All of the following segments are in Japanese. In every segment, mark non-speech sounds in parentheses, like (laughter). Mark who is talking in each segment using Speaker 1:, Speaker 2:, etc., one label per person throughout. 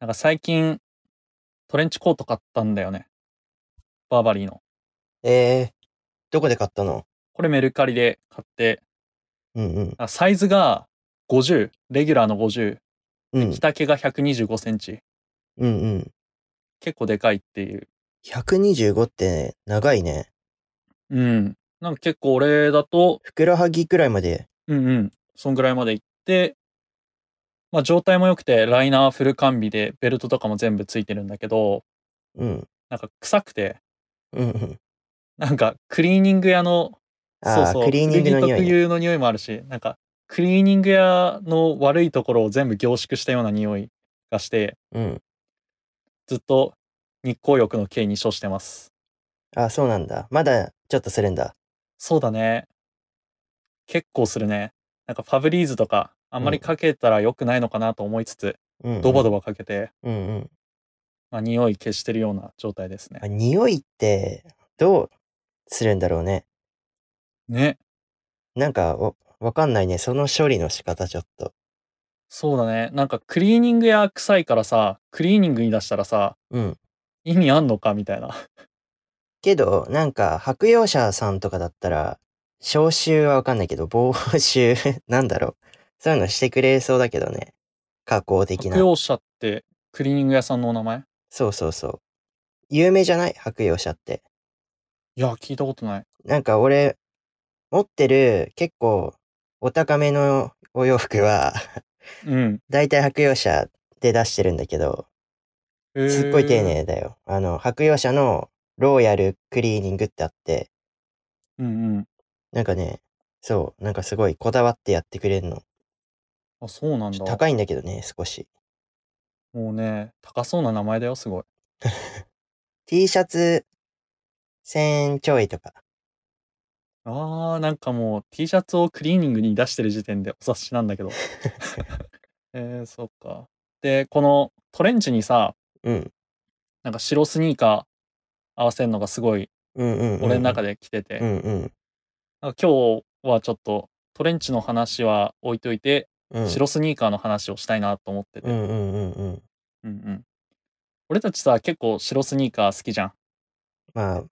Speaker 1: なんか最近、トレンチコート買ったんだよね。バーバリーの。
Speaker 2: えー、どこで買ったの
Speaker 1: これメルカリで買って、
Speaker 2: うんうん。
Speaker 1: あサイズが50、レギュラーの50、
Speaker 2: うん
Speaker 1: 着。丈が125センチ。
Speaker 2: うんうん。
Speaker 1: 結構でかいっていう。
Speaker 2: 125って長いね。
Speaker 1: うん。なんか結構俺だと、
Speaker 2: ふくらはぎくらいまで。
Speaker 1: うんうん、そんぐらいまで行って、まあ状態も良くて、ライナーフル完備で、ベルトとかも全部ついてるんだけど、
Speaker 2: うん。
Speaker 1: なんか臭くて、
Speaker 2: うんうん。
Speaker 1: なんかクリーニング屋の
Speaker 2: ああ、クリーニング
Speaker 1: 古
Speaker 2: の匂
Speaker 1: 着
Speaker 2: い、
Speaker 1: 特
Speaker 2: ね。
Speaker 1: 有の匂いもあるし、なんか、クリーニング屋の悪いところを全部凝縮したような匂いがして、
Speaker 2: うん。
Speaker 1: ずっと日光浴の刑に処してます。
Speaker 2: ああ、そうなんだ。まだちょっとするんだ。
Speaker 1: そうだね。結構するね。なんかファブリーズとか、あんまりかけたら良くないのかなと思いつつ、
Speaker 2: うん、うん。
Speaker 1: ドバドバかけて、
Speaker 2: うんうん。
Speaker 1: まあ、匂い消してるような状態ですね
Speaker 2: あ。匂いって、どうするんだろうね。
Speaker 1: ね。
Speaker 2: なんか、おわかんないね。その処理の仕方ちょっと。
Speaker 1: そうだね。なんかクリーニング屋臭いからさ、クリーニングに出したらさ、
Speaker 2: うん。
Speaker 1: 意味あんのかみたいな。
Speaker 2: けど、なんか、白洋者さんとかだったら、消臭はわかんないけど、防臭、 (laughs) なんだろう。そういうのしてくれそうだけどね。加工的な
Speaker 1: 白。用者ってクリーニング屋さんのお名前
Speaker 2: そうそうそう。有名じゃない白洋舎って。
Speaker 1: いや、聞いたことない。
Speaker 2: なんか俺、持ってる結構お高めのお洋服は、 (laughs)
Speaker 1: うん。
Speaker 2: だいたい白洋舎で出してるんだけど、すっごい丁
Speaker 1: へー。
Speaker 2: 寧だよ。あの、白洋舎のローヤルクリーニングってあって、
Speaker 1: うんうん。
Speaker 2: なんかね、そう、なんかすごいこだわってやってくれるの。
Speaker 1: あ、そうなん
Speaker 2: ち
Speaker 1: だ。
Speaker 2: ょっと高いんだけどね、少し。
Speaker 1: もうね、高そうな名前だよ、すごい。
Speaker 2: T シャツ、1000円ちょいとか。
Speaker 1: あー、なんかもう T シャツをクリーニングに出してる時点でお察しなんだ
Speaker 2: (laughs)
Speaker 1: けど。えー、そっか。で、このトレンチにさ、
Speaker 2: うん。
Speaker 1: なんか白スニーカー合わせるのがすごい
Speaker 2: うんうん、うん。
Speaker 1: 俺の中
Speaker 2: で。
Speaker 1: で来てて、
Speaker 2: うんうん。
Speaker 1: なんか今日はちょっとトレンチの話は置いといて、
Speaker 2: うん、
Speaker 1: 白スニーカーの話をしたいなと思ってて。
Speaker 2: うんうんうんうん。
Speaker 1: うんうん。俺たちさ、結構白スニーカー好きじゃん。
Speaker 2: まあ、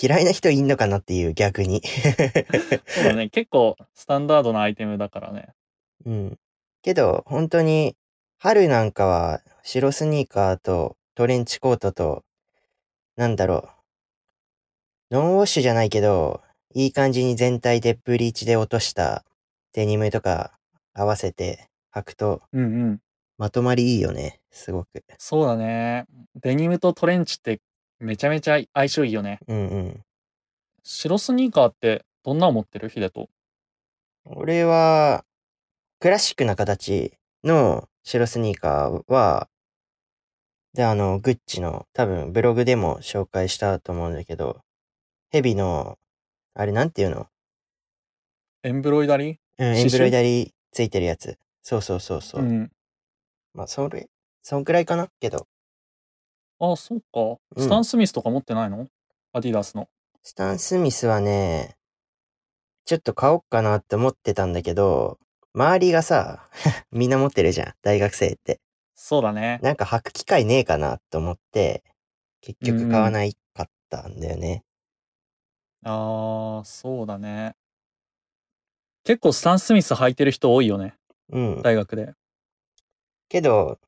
Speaker 2: 嫌いな人いんのかなっていう、逆に。 (laughs)
Speaker 1: そう (laughs) だね。結構スタンダードなアイテムだからね。
Speaker 2: うん。けど、本当に、春なんかは、白スニーカーとトレンチコートと、なんだろう。ノンウォッシュじゃないけど、いい感じに全体でブリーチで落としたデニムとか合わせて履くと、
Speaker 1: うんうん。
Speaker 2: まとまりいいよね。すごく。
Speaker 1: そうだね。デニムとトレンチってめちゃめちゃ相性いいよね。
Speaker 2: うんうん。
Speaker 1: 白スニーカーってどんなの持ってるヒデと。
Speaker 2: 俺は、クラシックな形の白スニーカーは、で、あの、グッチの、多分ブログでも紹介したと思うんだけど、ヘビの、あれなんていうの
Speaker 1: エンブロイダリー
Speaker 2: うん、エ
Speaker 1: 刺繍
Speaker 2: ンブロイダリーついてるやつ。そうそうそうそう。
Speaker 1: ん。
Speaker 2: まあ、それ、そんくらいかなけど、
Speaker 1: あ、そうか。
Speaker 2: うん
Speaker 1: スタン・スミスとか持ってないの、アディダスの。
Speaker 2: スタン・スミスはね、ちょっと買おっかなって思ってたんだけど、周りがさ、 (laughs) みんな持ってるじゃん、大学生って。
Speaker 1: そうだね。
Speaker 2: なんか履く機会ねえかなと思って、結局買わないかったんだよね。
Speaker 1: あー、そうだね。結構スタン・スミス履いてる人多いよね。
Speaker 2: うん。
Speaker 1: 大学で。
Speaker 2: けど、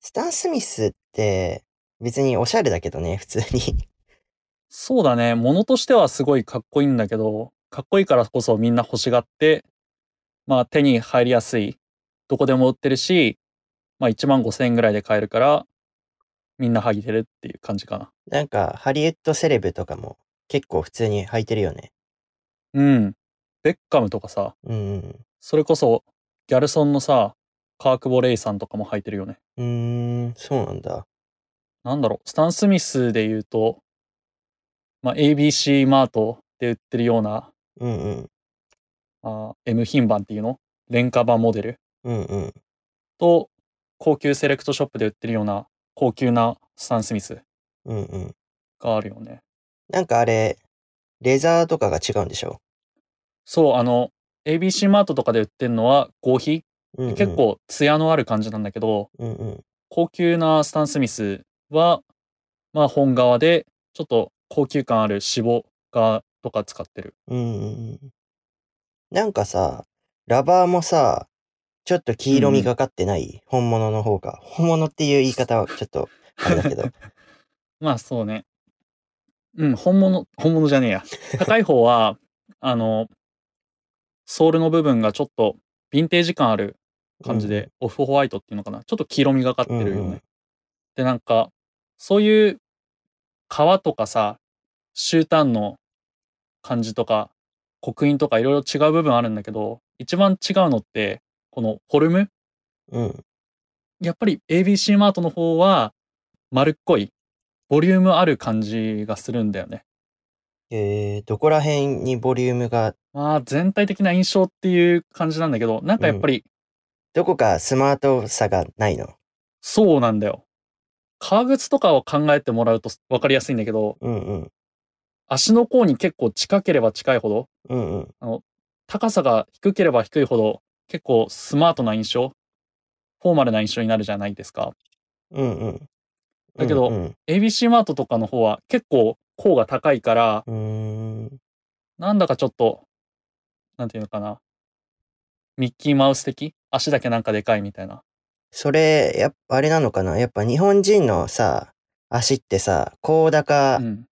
Speaker 2: スタン・スミスって別におしゃれだけどね、普通に。 (laughs)
Speaker 1: そうだね。ものとしてはすごいかっこいいんだけど、かっこいいからこそみんな欲しがって、まあ手に入りやすい。どこでも売ってるし、まあ1万5千円ぐらいで買えるから、みんな履いてるっていう感じかな。
Speaker 2: なんか、ハリウッドセレブとかも結構普通に履いてるよね。
Speaker 1: うん。ベッカムとかさ、
Speaker 2: うん
Speaker 1: それこそギャルソンのさ、カークボレイさんとかも履いてるよね。
Speaker 2: うん。うーん、そうなんだ。
Speaker 1: なんだろう、スタン・スミスで言うと、まあ ABC マートで売ってるような、
Speaker 2: うんうん。
Speaker 1: あ M 品番っていうの廉価版モデル。
Speaker 2: うんうん。
Speaker 1: と高級セレクトショップで売ってるような高級なスタン・スミス
Speaker 2: うんうん。
Speaker 1: があるよね。
Speaker 2: なんかあれ、レザーとかが違うんでしょ
Speaker 1: そう、あの、ABC マートとかで売ってるのは合皮、
Speaker 2: うんうん
Speaker 1: 結。構ツヤのある感じなんだけど、
Speaker 2: うんうん。
Speaker 1: 高級なスタン・スミスは、まあ本革で、ちょっと高級感ある脂肪がとか使ってる。
Speaker 2: うんうんうん。なんかさ、ラバーもさ、ちょっと黄色みがかってない、本物の方が。本物っていう言
Speaker 1: (laughs)
Speaker 2: い方はちょっと、あれだけど。
Speaker 1: まあそうね。うん、本物、本物じゃねえ
Speaker 2: (laughs)
Speaker 1: や。高い方は、あの、ソールの部分がちょっとヴィンテージ感ある (laughs) 感じで、オフホワイトっていうのかな。ちょっと黄色みがかってるよね。
Speaker 2: うんうん
Speaker 1: で、なんか、そういう革とかさ、シュータンの感じとか、刻印とかいろいろ違う部分あるんだけど、一番違うのって、このフォルム
Speaker 2: うん。
Speaker 1: やっぱり ABC マートの方は丸っこいボリュームある感じがするんだよね。
Speaker 2: えー、どこら辺にボリュームが、
Speaker 1: まあ全体的な印象っていう感じなんだけどなんかやっぱり
Speaker 2: どこかスマートさがないの
Speaker 1: そうなんだよ。革靴とかを考えてもらうと分かりやすいんだけど
Speaker 2: うんうん。
Speaker 1: 足の甲に結構近ければ近いほど
Speaker 2: うんうん。
Speaker 1: 高さが低ければ低いほど結構スマートな印象フォーマルな印象になるじゃないですか。
Speaker 2: うんうん。
Speaker 1: だけど
Speaker 2: うん、
Speaker 1: ABC マートとかの方は結構甲が高いから
Speaker 2: うん。うーん。
Speaker 1: なんだかちょっと、なんていうのかな。ミッキーマウス的足だけなんかでかいみたいな。
Speaker 2: それ、やっぱ、あれなのかなやっぱ日本人のさ、足ってさ、高高
Speaker 1: うん。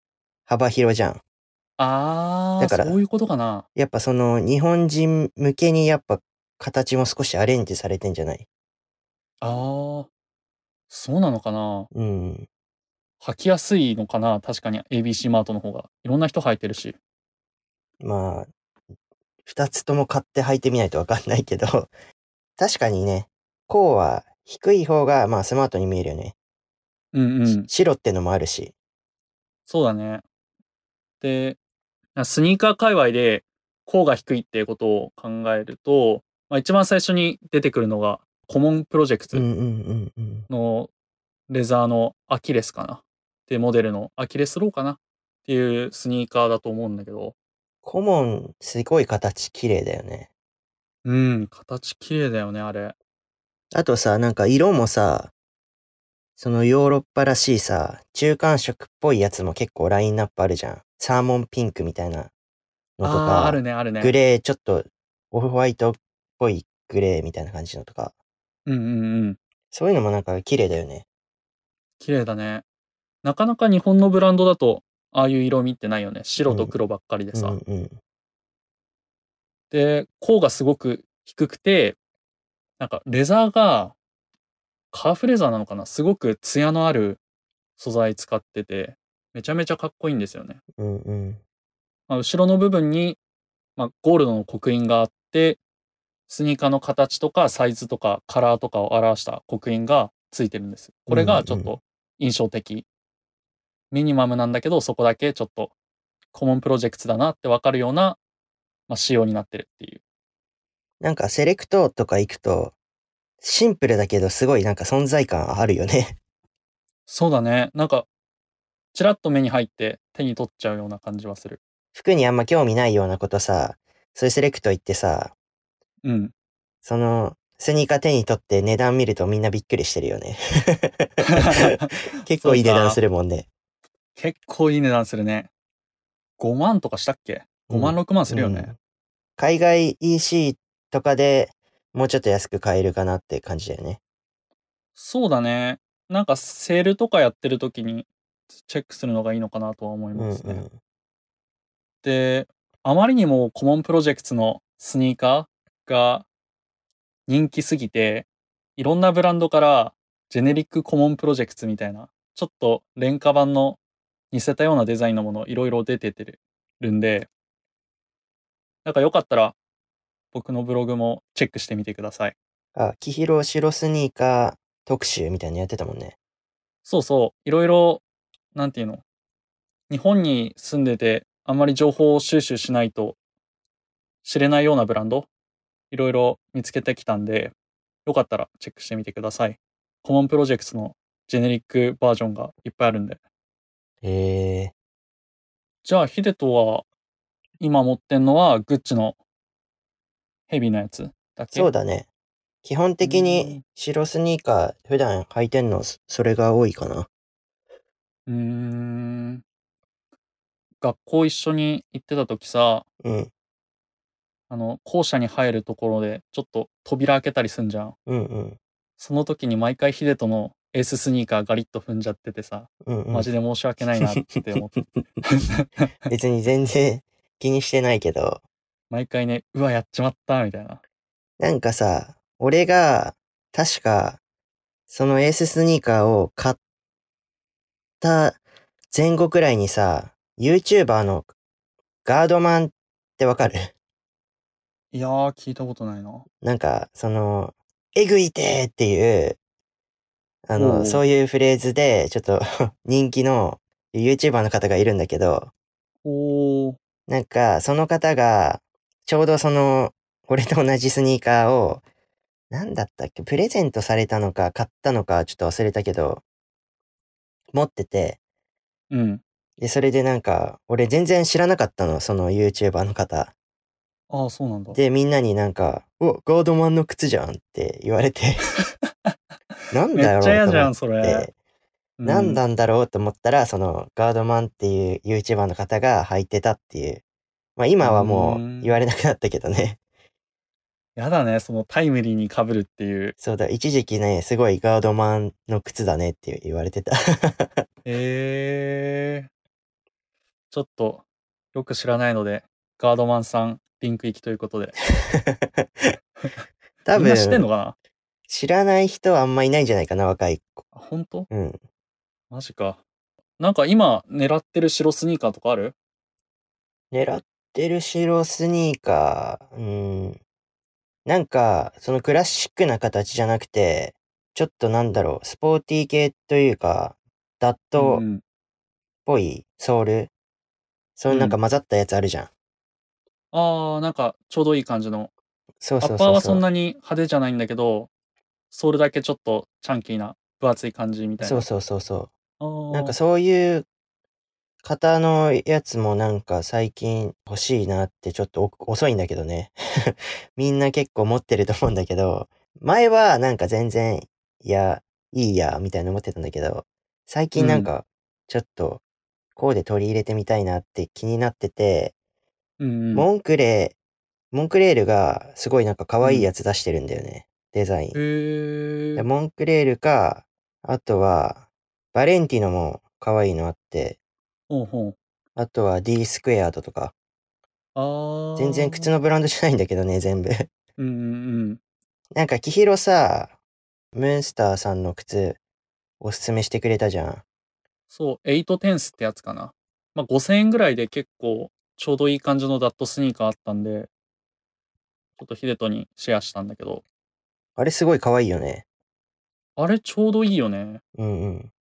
Speaker 2: 幅広じゃん。
Speaker 1: あー、
Speaker 2: だから
Speaker 1: そういうことかな。
Speaker 2: やっぱその日本人向けにやっぱ形も少しアレンジされてんじゃない
Speaker 1: あー、そうなのかな。
Speaker 2: うん。
Speaker 1: 履きやすいのかな。確かに ABC マートの方が。いろんな人履いてるし。
Speaker 2: まあ、二つとも買って履いてみないとわかんないけど、 (laughs) 確かにね、こうは低い方がまあスマートに見えるよね。
Speaker 1: うんうん。
Speaker 2: 白ってのもあるし。
Speaker 1: そうだね。で、スニーカー界隈で、甲が低いっていうことを考えると、まあ、一番最初に出てくるのが、コモンプロジェクト。
Speaker 2: うんうんうんうん。
Speaker 1: のレザーのアキレスかなっていうモデルのアキレスローかなっていうスニーカーだと思うんだけど
Speaker 2: コモン、すごい形綺麗だよね。
Speaker 1: うん形綺麗だよねあれ
Speaker 2: あとさ、なんか色もさ、そのヨーロッパらしいさ、中間色っぽいやつも結構ラインナップあるじゃん。サーモンピンクみたいなのと
Speaker 1: あ
Speaker 2: か。
Speaker 1: ああるねあるね
Speaker 2: グレー、ちょっとオフホワイトっぽいグレーみたいな感じのとか、
Speaker 1: うんうんうん
Speaker 2: そういうのもなんか綺麗だよね。
Speaker 1: 綺麗だねなかなか日本のブランドだとああいう色味ってないよね白と黒ばっかりで
Speaker 2: うん
Speaker 1: さ、
Speaker 2: うん。
Speaker 1: で甲がすごく低くてなんかレザーがカーフレザーなのかなすごくツヤのある素材使っててめちゃめちゃかっこいいんですよね
Speaker 2: うんうん。
Speaker 1: まあ、後ろの部分に、まあ、ゴールドの刻印があってスニーカーの形とかサイズとかカラーとかを表した刻印がついてるんですこれがちょっ
Speaker 2: うんう
Speaker 1: と印象的、ミニマムなんだけどそこだけちょっとコモンプロジェクトだなってわかるような、まあ、仕様になってるっていう
Speaker 2: なんかセレクトとか行くと、シンプルだけどすごいなんか存在感あるよね。 (laughs)
Speaker 1: そうだねなんかちらっと目に入って手に取っちゃうような感じはする
Speaker 2: 服にあんま興味ないようなことさ、そういうセレクト行ってさ、
Speaker 1: (laughs) うん
Speaker 2: その、スニーカー手に取って値段見るとみんなびっくりしてるよね。 (laughs) 結構いい値段するもんね。
Speaker 1: 結構いい値段するね5万とかしたっけ5万6万するよね、
Speaker 2: うん海外 EC とかでもうちょっと安く買えるかなって感じだよね。
Speaker 1: そうだね。なんかセールとかやってる時にチェックするのがいいのかなとは思い
Speaker 2: うんう
Speaker 1: ますね。
Speaker 2: ん。
Speaker 1: で、あまりにもコモンプロジェクツのスニーカーが人気すぎて、いろんなブランドからジェネリックコモンプロジェクツみたいな、ちょっと廉価版の似せたようなデザインのものいろいろ出ててるんで、なんかよかったら僕のブログもチェックしてみてください。
Speaker 2: あ、キヒロ白スニーカー特集みたいなのやってたもんね。
Speaker 1: そうそう、いろいろ、なんていうの、日本に住んでて、あんまり情報を収集しないと知れないようなブランド、いろいろ見つけてきたんで、よかったらチェックしてみてください。コモンプロジェクトのジェネリックバージョンがいっぱいあるんで。
Speaker 2: へえ。
Speaker 1: じゃあ、ヒデトは、今持ってんのは、グッチのヘビーなやつだっけ
Speaker 2: そうだね。基本的
Speaker 1: うん
Speaker 2: に白スニーカー普段履いてんのそそれが多いかな。
Speaker 1: うーん。学校一緒に行ってた時さ、
Speaker 2: うん。
Speaker 1: あの、校舎に入るところで、ちょっと扉開けたりすんじゃん。
Speaker 2: うんうん。
Speaker 1: その時に毎回ヒデトのエーススニーカーガリッと踏んじゃっててさ、
Speaker 2: うんうん
Speaker 1: マジで (laughs) 申し訳ないなって思
Speaker 2: (laughs)
Speaker 1: って。
Speaker 2: 別に全然気にしてないけど、
Speaker 1: 毎回ね、うわ、やっちまった、みたいな。
Speaker 2: なんかさ、俺が、確か、そのエーススニーカーを買った前後くらいにさ、YouTuber のガードマンってわかる
Speaker 1: いやー、聞いたことないな。
Speaker 2: なんか、その、えぐいてーっていう、あ
Speaker 1: おう
Speaker 2: の、そういうフレーズで、ちょっと (laughs) 人気の YouTuber の方がいるんだけど、
Speaker 1: おー、
Speaker 2: なんか、その方が、ちょうどその、俺と同じスニーカーを、なんだったっけ、プレゼントされたのか、買ったのか、ちょっと忘れたけど、持ってて、
Speaker 1: うん。
Speaker 2: で、それでなんか、俺全然知らなかったの、その YouTuber の方。
Speaker 1: ああ、そうなんだ。
Speaker 2: で、みんなになんか、お、ガードマンの靴じゃんって言わ
Speaker 1: (laughs)
Speaker 2: れて、なん
Speaker 1: め
Speaker 2: だ
Speaker 1: っ
Speaker 2: ろう
Speaker 1: ち
Speaker 2: と
Speaker 1: ゃ嫌じゃ
Speaker 2: 思っ
Speaker 1: ん、それ
Speaker 2: て。、
Speaker 1: う
Speaker 2: なんなんだろうと思ったら、そのガードマンっていう YouTuber の方が履いてたっていう。まあ今はも
Speaker 1: うーん
Speaker 2: う言われなくなったけどね。 (laughs)
Speaker 1: やだね、そのタイムリーに被るっていう。
Speaker 2: そうだ、一時期ね、すごいガードマンの靴だねって言われ
Speaker 1: (laughs)
Speaker 2: てた。
Speaker 1: えー。ちょっと、よく知らないので、ガードマンさん、リンク行きということで。
Speaker 2: 多
Speaker 1: みんな知ってんの
Speaker 2: 分、
Speaker 1: かな
Speaker 2: 知らない人はあんまいないんじゃないかな、若い子。
Speaker 1: あ本当
Speaker 2: うん。
Speaker 1: マジか。なんか今、狙ってる白スニーカーとかある
Speaker 2: 狙ってる白スニーカー、うーん。なんか、そのクラシックな形じゃなくて、ちょっとなんだろう、スポーティー系というか、ダット、
Speaker 1: うん
Speaker 2: っぽいソール、そうの
Speaker 1: ん
Speaker 2: なんか混ざったやつあるじゃん。
Speaker 1: ああ、なんか、ちょうどいい感じの。
Speaker 2: そう
Speaker 1: ア
Speaker 2: そ
Speaker 1: ッ
Speaker 2: う
Speaker 1: パー
Speaker 2: そう
Speaker 1: は
Speaker 2: そ
Speaker 1: そ。
Speaker 2: うん
Speaker 1: なに派手じゃないんだけど、ソールだけちょっとチャンキーな、分厚い感じみたいな。
Speaker 2: そうそうそうそ
Speaker 1: あー
Speaker 2: う。なんかそういう型のやつもなんか最近欲しいなってちょっとお遅いんだけどね。 (laughs) みんな結構持ってると思うんだけど、前はなんか全然、いや、いいや、みたいな思ってたんだけど、最近なんかちょっとこうで取り入れてみたいなって気になってて、
Speaker 1: うんうん。
Speaker 2: モンクレー、モンクレールがすごいなんか可愛いやつ出してるんだよね、デザイン。
Speaker 1: へ
Speaker 2: で
Speaker 1: え。
Speaker 2: モンクレールか、あとは、バレンティノも可愛いのあって、
Speaker 1: ほうほう。
Speaker 2: あとは D スクエアードとか、
Speaker 1: ああ。
Speaker 2: 全然靴。のブランドじゃないんだけどね、全部。 (laughs)
Speaker 1: うんうんうん。
Speaker 2: なんか、キヒロさ、ムーンスターさんの靴、おすすめしてくれたじゃん。
Speaker 1: そう、8テンスってやつかな。まあ、5000円ぐらいで結構、ちょうどいい感じのダットスニーカーあったんで、ちょっとヒデトにシェアしたんだけど、
Speaker 2: あれすごい可愛いよね。
Speaker 1: あれちょうどいいよね。
Speaker 2: うんうん。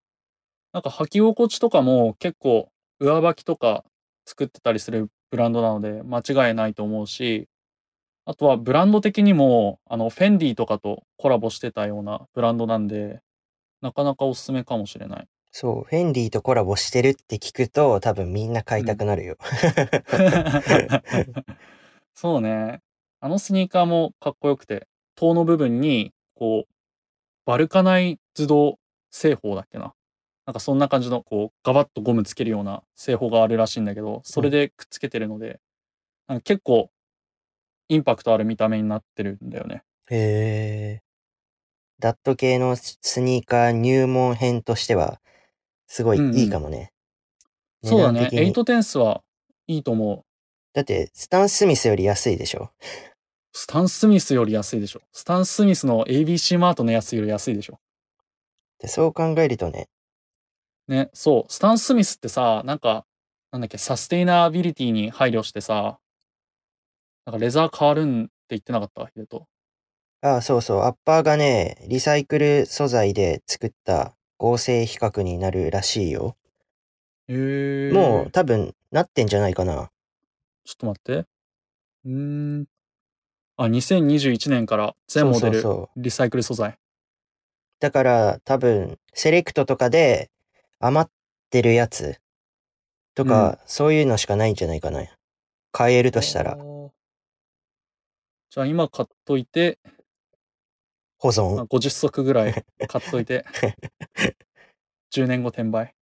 Speaker 1: なんか履き心地とかも結構、上履きとか作ってたりするブランドなので、間違いないと思うし、あとはブランド的にも、あの、フェンディとかとコラボしてたようなブランドなんで、なかなかおすすめかもしれない。
Speaker 2: そう、フェンディとコラボしてるって聞くと、多分みんな買いたくなるよ。 (laughs)
Speaker 1: (laughs) そうね。あのスニーカーもかっこよくて、頭の部分に、こう、バルカナイズド製法だっけな。なんかそんな感じの、こう、ガバッとゴムつけるような製法があるらしいんだけど、それでくっつけてるので、なんか結構、インパクトある見た目になってるんだよね。
Speaker 2: へえ。ダット系のスニーカー入門編としては、すごい
Speaker 1: うんうん
Speaker 2: いいかもね。
Speaker 1: そうだね。
Speaker 2: 値段
Speaker 1: エイ
Speaker 2: 的に
Speaker 1: トテンスはいいと思う。
Speaker 2: だって、スタン・スミスより安いでしょ。
Speaker 1: スタン・スミスより安いでしょ。スタン・スミスの ABC マートのやつより安いでしょ。
Speaker 2: でそう考えるとね、
Speaker 1: ね、そう、スタン・スミスってさ、なんか、なんだっけ、サステイナビリティに配慮してさ、なんかレザー変わるんって言ってなかったヒデト。
Speaker 2: ああ、そうそう、アッパーがね、リサイクル素材で作った合成比較になるらしいよ。
Speaker 1: へ
Speaker 2: もう
Speaker 1: ちょ
Speaker 2: 多分なってんじゃないかな。
Speaker 1: っと待って。うーん。あ、2021年から全モデル
Speaker 2: そうそうそう。
Speaker 1: リサイクル素材。
Speaker 2: だから多分、セレクトとかで余ってるやつとか、そういうのしかないんじゃないかな。買えるとしたら
Speaker 1: あ。ーじゃあ今買っといて、
Speaker 2: 保
Speaker 1: まあ
Speaker 2: 存。
Speaker 1: 50足ぐらい買っとい
Speaker 2: (laughs)
Speaker 1: て10年後転売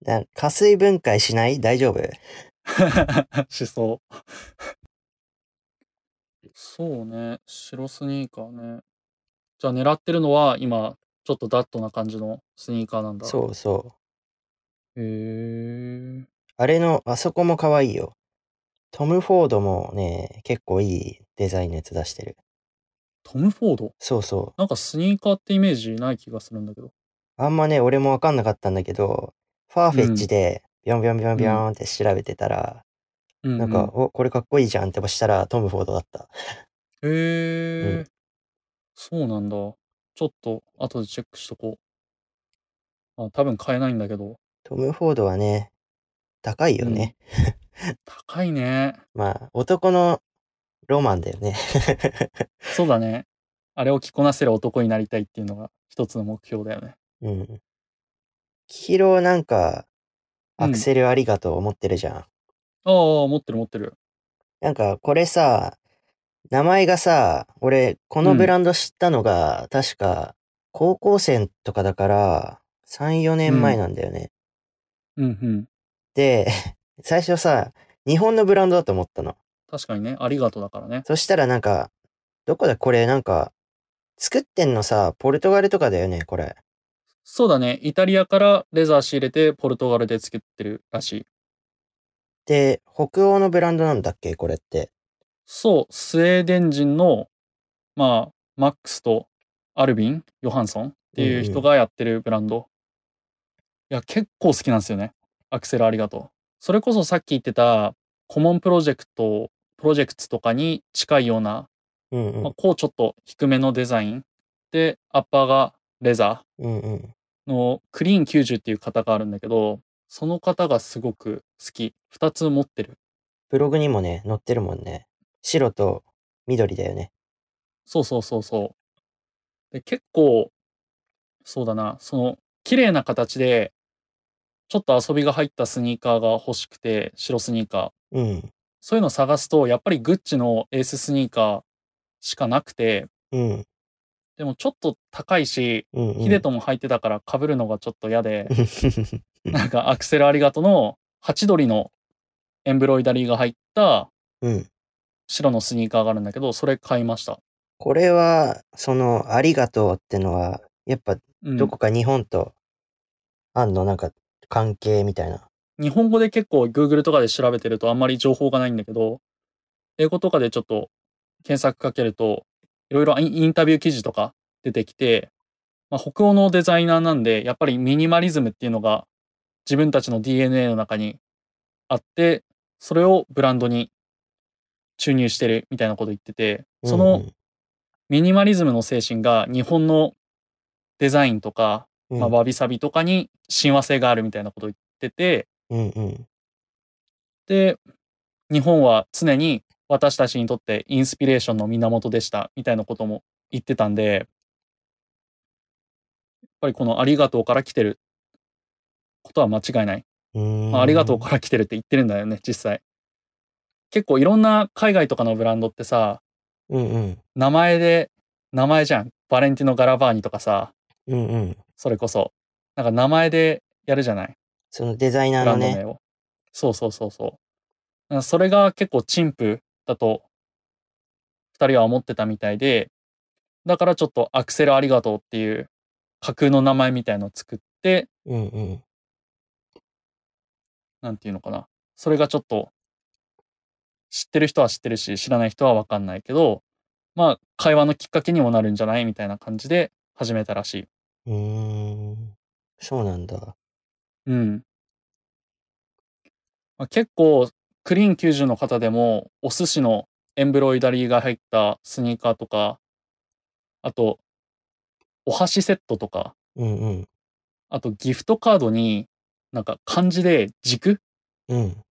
Speaker 2: な加水分解しない大丈夫 (laughs)
Speaker 1: しそうそうね白スニーカーねじゃあ狙ってるのは今ちょっとダットな感じのスニーカーなんだ
Speaker 2: そうそ
Speaker 1: へ
Speaker 2: う。
Speaker 1: え
Speaker 2: あれの、あそこも可愛いよ。トム・フォードもね、結構いいデザインのやつ出してる。
Speaker 1: トム・フォード
Speaker 2: そうそ
Speaker 1: なんかスニーカーってイメージない気がするんだけど
Speaker 2: う。あんまね、俺もわかんなかったんだけど、ファーフェッチで、ビョンビョンビョンビョンって調べてたら、
Speaker 1: うん、
Speaker 2: なんか、お、これかっこいいじゃんって押したら、トム・フォードだった。
Speaker 1: へえ、
Speaker 2: うん
Speaker 1: そうなんだちょっと後でチェックしとこうあ多分買えないんだけど
Speaker 2: トム・フォードはね、高いよね。
Speaker 1: 高いね
Speaker 2: まあ、男のロマンだよね。 (laughs)
Speaker 1: そうだねあれを着こなせる男になりたいっていうのが一つの目標だよね
Speaker 2: うん。黄色なんか、
Speaker 1: うん
Speaker 2: アクセルありがとう思ってるじゃん。
Speaker 1: ああ持ってる持ってる
Speaker 2: なんか、これさ、名前がさ、俺、こ
Speaker 1: う
Speaker 2: の
Speaker 1: ん
Speaker 2: ブランド知ったのが、確か、高校生とかだから、3、4年前なんだよね。
Speaker 1: うんうん
Speaker 2: で、 (laughs) 最初さ、日本のブランドだと思ったの。
Speaker 1: 確かにねありがとうだからね
Speaker 2: そしたらなんか、どこだこれなんか、作ってんのさ、ポルトガルとかだよね、これ。
Speaker 1: そうだねイタリアからレザー仕入れてポルトガルで作ってるらしい
Speaker 2: で、北欧のブランドなんだっけこれって。
Speaker 1: そうスウェーデン人のまあマックスとアルビン・ヨハンソンっていう人がやってるブランド、いや結構好きなんですよねアクセルありがとうそれこそさっき言ってたコモンプロジェクトプロジェクツとかに近いような
Speaker 2: うんう
Speaker 1: まあ
Speaker 2: ん。
Speaker 1: こうちょっと低めのデザインでアッパーがレザ
Speaker 2: うんうん。
Speaker 1: ーのクリーン90っていう型があるんだけどその型がすごく好き2つ持ってる
Speaker 2: ブログにもね、載ってるもんね。白と緑だよね。
Speaker 1: そうそうそうそうで結構そうだなその綺麗な形でちょっと遊びが入ったスニーカーが欲しくて白スニーカー
Speaker 2: うん。
Speaker 1: そういうの探すとやっぱりグッチのエーススニーカーしかなくて
Speaker 2: うん。
Speaker 1: でもちょっと高いし
Speaker 2: うん、うん。
Speaker 1: ヒデトも履いてたから被るのがちょっと嫌で、
Speaker 2: うん
Speaker 1: なんかアクセルありがとうのハチドリのエンブロイダリーが入った
Speaker 2: (laughs) うん。
Speaker 1: 白のスニーカーがあるんだけど、それ買いました。
Speaker 2: これは、その、ありがとうってのは、やっぱ、
Speaker 1: うん
Speaker 2: どこか日本と、あんの、なんか、関係みたいな。
Speaker 1: 日本語で結構 Google とかで調べてるとあんまり情報がないんだけど、英語とかでちょっと検索かけると、いろいろインインタビュー記事とか出てきて、まあ、北欧のデザイナーなんで、やっぱりミニマリズムっていうのが自分たちの DNA の中にあって、それをブランドに注入してるみたいなこと言ってて、その、
Speaker 2: うん
Speaker 1: ミニマリズムの精神が日本のデザインとか、
Speaker 2: うん、
Speaker 1: まあ、わびさびとかに親和性があるみたいなことを言ってて
Speaker 2: うんうん。
Speaker 1: で日本は常に私たちにとってインスピレーションの源でしたみたいなことも言ってたんでやっぱりこの「ありがとう」から来てることは間違いない、
Speaker 2: うん。
Speaker 1: まあ、ありがとうから来てるって言ってるんだよね実際結構いろんな海外とかのブランドってさ
Speaker 2: うんうん。
Speaker 1: 名前で名前じゃんバレンティノ・ガラバーニとかさ
Speaker 2: うんうん。
Speaker 1: それこそ。なんか名前でやるじゃない
Speaker 2: そのデザイナ
Speaker 1: ブ
Speaker 2: ー
Speaker 1: ラ
Speaker 2: の
Speaker 1: ンド
Speaker 2: ね
Speaker 1: 名。を。そうそうそうそう。なんかそれが結構陳腐だと、二人は思ってたみたいで、だからちょっとアクセルありがとうっていう架空の名前みたいのを作って、
Speaker 2: うんうん。
Speaker 1: なんていうのかな。それがちょっと、知ってる人は知ってるし、知らない人はわかんないけど、まあ、会話のきっかけにもなるんじゃないみたいな感じで始めたらしい。
Speaker 2: うーん。そうなんだ。
Speaker 1: うん。まあ、結構、クリーン90の方でも、お寿司のエンブロイダリーが入ったスニーカーとか、あと、お箸セットとか、
Speaker 2: うんうん。
Speaker 1: あとギフトカードに、なんか漢字で軸
Speaker 2: うん。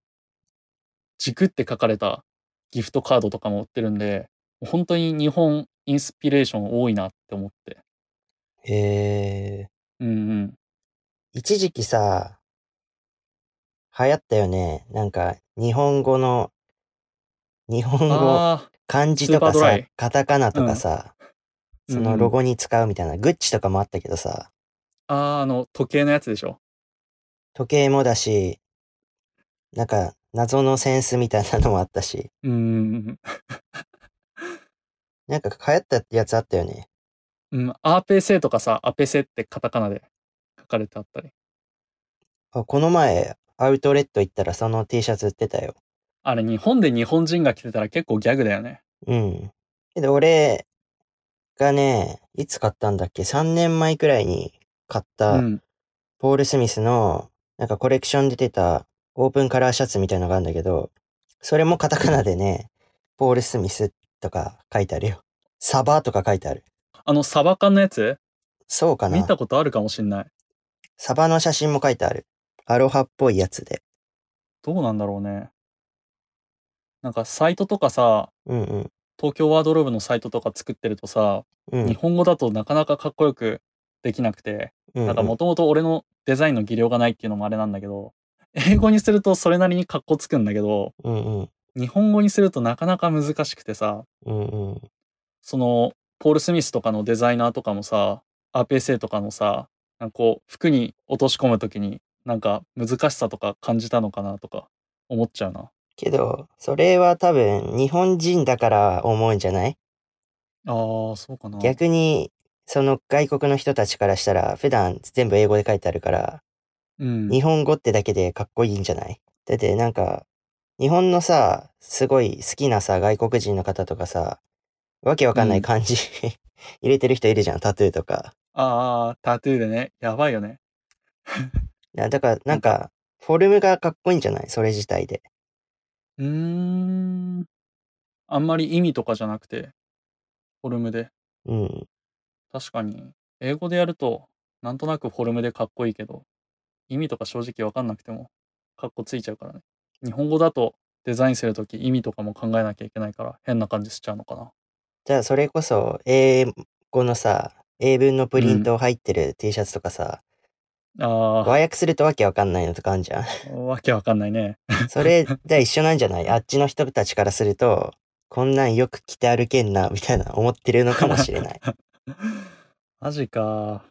Speaker 1: 軸って書かれたギフトカードとかも売ってるんで、もう本当に日本インスピレーション多いなって思って。
Speaker 2: えー。
Speaker 1: うんうん。
Speaker 2: 一時期さ、流行ったよね。なんか、日本語の、日本語、
Speaker 1: ああ、
Speaker 2: 漢字とか
Speaker 1: スーパードラ
Speaker 2: さ
Speaker 1: イ、
Speaker 2: カタカナとかさ、そのロゴに使うみたいな、グッチとかもあったけどさ、
Speaker 1: あーあの時計のやつでしょ
Speaker 2: 時計もだし、なんか謎のセンスみたいなのもあったし、
Speaker 1: うーん
Speaker 2: なんか流行ったやつあったよね。
Speaker 1: うんアーペセとかさアペセってカタカナで書かれてあったり
Speaker 2: あこの前、アウトレット行ったらその T シャツ売ってたよ。
Speaker 1: あれ日本で日本人が着てたら結構ギャグだよね
Speaker 2: うん。けど俺がね、いつ買ったんだっけ ?3 年前くらいに買っ
Speaker 1: う
Speaker 2: た、
Speaker 1: ん
Speaker 2: ポール・スミスの、なんかコレクションで出てたオープンカラーシャツみたいのがあるんだけど、それもカタカナ
Speaker 1: (laughs)
Speaker 2: でね、ポール・スミスとか書いてあるよ。サバとか書いてある。
Speaker 1: あのサバ缶のやつ
Speaker 2: そうか
Speaker 1: 見
Speaker 2: な
Speaker 1: たことあるかもしんない
Speaker 2: サバの写真も書いてある。アロハっぽいやつで。
Speaker 1: どうなんだろうねなんかサイトとかさ
Speaker 2: うんうん。
Speaker 1: 東京ワードローブのサイトとか作ってるとさ、
Speaker 2: うん。
Speaker 1: 日本語だとなかなかかっこよくできなくて、
Speaker 2: うんうん
Speaker 1: なんかもともと俺のデザインの技量がないっていうのもあれなんだけど英語にするとそれなりにかっこつくんだけど
Speaker 2: うんうん。
Speaker 1: 日本語にするとなかなか難しくてさ
Speaker 2: うんうん。
Speaker 1: そのポール・スミスとかのデザイナーとかもさ RPSA とかのさなんかこう服に落とし込む時になんか難しさとか感じたのかなとか思っちゃうな
Speaker 2: けど、それは多分日本人だから思うんじゃない
Speaker 1: あーそうかな
Speaker 2: 逆に、その外国の人たちからしたら、普段全部英語で書いてあるから、
Speaker 1: うん
Speaker 2: 日本語ってだけでかっこいいんじゃないだってなんか、日本のさ、すごい好きなさ、外国人の方とかさ、わけわかんな
Speaker 1: うん
Speaker 2: い漢字、 (laughs) 入れてる人いるじゃん、タトゥーとか。
Speaker 1: ああタトゥーでねやばいよね
Speaker 2: だだからなんか、フォルムがかっこいいんじゃないそれ自体で。
Speaker 1: うーんあんまり意味とかじゃなくてフォルムで
Speaker 2: うん。
Speaker 1: 確かに英語でやるとなんとなくフォルムでかっこいいけど意味とか正直わかんなくてもかっこついちゃうからね日本語だとデザインするとき意味とかも考えなきゃいけないから変な感じしちゃうのかな
Speaker 2: じゃあそれこそ、英語のさ、英文のプリント入ってる T シャツとかさ、
Speaker 1: あ
Speaker 2: 和訳するとわけわかんないのとかあんじ
Speaker 1: (laughs)
Speaker 2: ゃん。
Speaker 1: ーわけわかんないね (laughs)
Speaker 2: それじゃあ一緒なんじゃないあっちの人たちからすると、こんなんよく着て歩けんな、みたいな思ってるのかもし
Speaker 1: (laughs)
Speaker 2: れない。
Speaker 1: マジか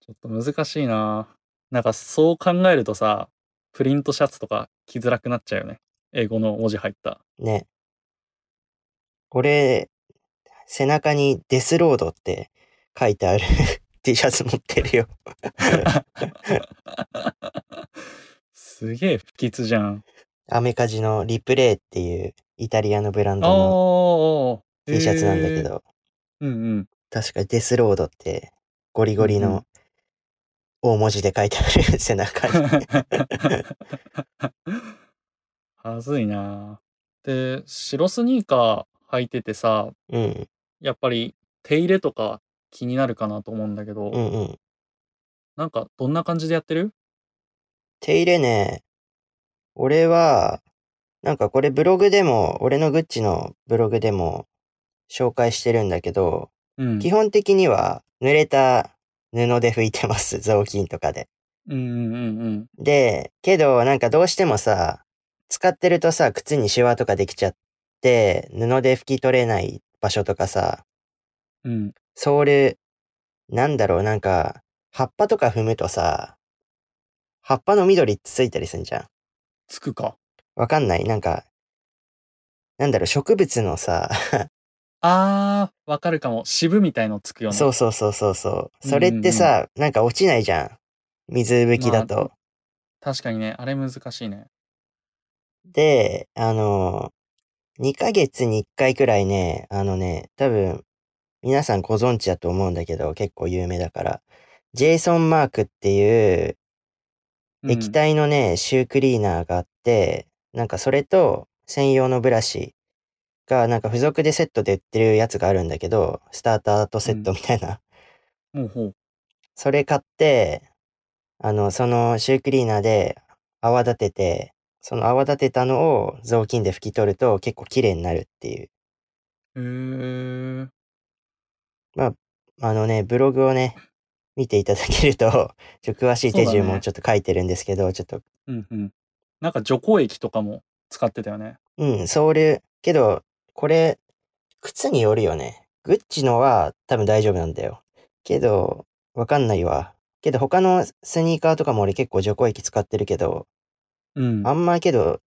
Speaker 1: ちょっと難しいななんかそう考えるとさプリントシャツとか着づらくなっちゃうよね英語の文字入った
Speaker 2: ね。俺、背中にデスロードって書いてある (laughs) T シャツ持って
Speaker 1: (laughs)
Speaker 2: るよ。
Speaker 1: すげえ不吉じゃん
Speaker 2: アメカジのリプレイっていうイタリアのブランド
Speaker 1: あ
Speaker 2: の
Speaker 1: ー
Speaker 2: T シャツなんだけ。ど、
Speaker 1: へーうんうん。
Speaker 2: 確かデスロードってゴリゴリ
Speaker 1: うんうん
Speaker 2: の大文字で書いてある (laughs) 背中に。
Speaker 1: (laughs) はずいな。で、白スニーカー履いててさ、
Speaker 2: うん、
Speaker 1: やっぱり手入れとか気になるかなと思うんだけど、
Speaker 2: うんうん。
Speaker 1: なんかどんな感じでやってる
Speaker 2: 手入れね、俺は、なんかこれブログでも、俺のグッチのブログでも紹介してるんだけど、
Speaker 1: うん。
Speaker 2: 基本的には濡れた布で拭いてます。 (laughs) 雑巾とかで。
Speaker 1: うんうんうん
Speaker 2: で、けどなんかどうしてもさ、使ってるとさ、靴にシワとかできちゃって、布で拭き取れない場所とかさ、
Speaker 1: うん。うん。
Speaker 2: ソール、なんだろう、なんか、葉っぱとか踏むとさ、葉っぱの緑ついたりすんじゃん。
Speaker 1: つくか。
Speaker 2: わかんないなんか、なんだろう、植物のさ、
Speaker 1: あー、わかるかも。渋みたいのつくよね。
Speaker 2: (laughs) そうそうそうそうそう。
Speaker 1: うんうんう
Speaker 2: そ
Speaker 1: ん
Speaker 2: れってさ、なんか落ちないじゃん。水拭きだと。
Speaker 1: まあ確かにね、あれ難しいね。
Speaker 2: で、あの、2ヶ月に1回くらいね、あのね、多分、皆さんご存知だと思うんだけど、結構有名だから、ジェイソンマークっていう
Speaker 1: うん
Speaker 2: 液体のね、シュークリーナーがあって、なんかそれと専用のブラシが、なんか付属でセットで売ってるやつがあるんだけど、スターターとセットみたいな。
Speaker 1: もうほう。
Speaker 2: それ買って、あの、そのシュークリーナーで泡立てて、その泡立てたのを雑巾で拭き取ると結構綺麗になるっていう。
Speaker 1: へー。
Speaker 2: あのね、ブログをね、見ていただけると、 (laughs) ちょ詳しい手順
Speaker 1: そうだ
Speaker 2: も
Speaker 1: ね
Speaker 2: ちょっと書いてるんですけど、ちょっと、
Speaker 1: うんうん。なんか除光液とかも使ってたよね。
Speaker 2: うん、ソール、けど、これ、靴によるよね。グッチのは多分大丈夫なんだよ。けど、わかんないわ。けど他のスニーカーとかも俺結構除光液使ってるけど、
Speaker 1: うん。
Speaker 2: あんまけど、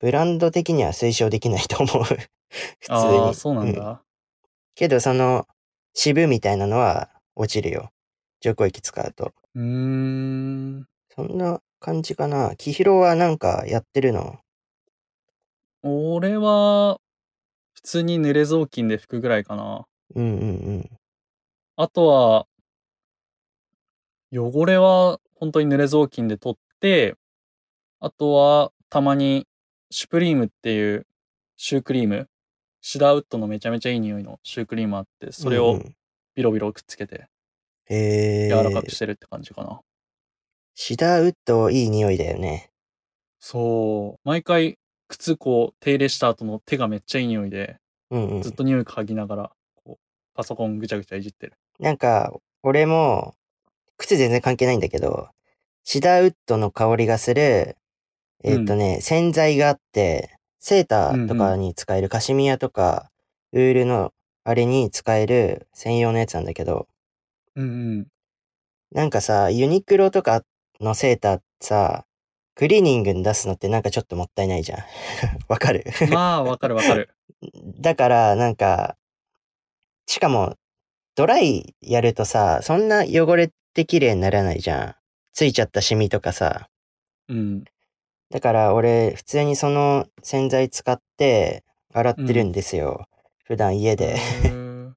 Speaker 2: ブランド的には推奨できないと思う。普 (laughs) 通
Speaker 1: ああ、
Speaker 2: に。
Speaker 1: そうなん
Speaker 2: うん
Speaker 1: だ。
Speaker 2: けどその、渋みたいなのは落ちるよ。除光液使うと。
Speaker 1: うーん。
Speaker 2: そんな感じかな。キヒロはなんかやってるの
Speaker 1: 俺は、普通に濡れ雑巾で拭くぐらいかな。
Speaker 2: うんうん
Speaker 1: あとは、汚れは本当に濡れ雑巾で取って、あとは、たまに、シュプリームっていうシュークリーム、シダーウッドのめちゃめちゃいい匂いのシュークリームあって、
Speaker 2: うん。
Speaker 1: それ
Speaker 2: うんう
Speaker 1: を
Speaker 2: ん
Speaker 1: ビロビロくっつけて
Speaker 2: え
Speaker 1: 柔らかく
Speaker 2: ー、
Speaker 1: してるって感じかな。
Speaker 2: シダーウッドいい匂いだよね。
Speaker 1: そう。毎回、靴こう、手入れした後の手がめっちゃいい匂いで、
Speaker 2: うんう
Speaker 1: ずっ
Speaker 2: ん。
Speaker 1: と匂い嗅ぎながら、こう、パソコンぐちゃぐちゃいじってる。
Speaker 2: なんか、俺も、靴全然関係ないんだけど、シダーウッドの香りがする、えっ、とね、洗剤があって、セーターとかに使えるカシミヤとか、ウールのあれに使える専用のやつなんだけど、
Speaker 1: うんうん。
Speaker 2: なんかさ、ユニクロとかのセーターさ、クリーニングに出すのってなんかちょっともったいないじゃん。 (laughs) わかる (laughs)
Speaker 1: まあ、わかるわかる。
Speaker 2: だから、なんか、しかも、ドライやるとさ、そんな汚れって綺麗にならないじゃん。ついちゃったシミとかさ。
Speaker 1: うん。
Speaker 2: だから俺、普通にその洗剤使って洗ってるんですよ。普段家
Speaker 1: へ
Speaker 2: で。(laughs)
Speaker 1: ー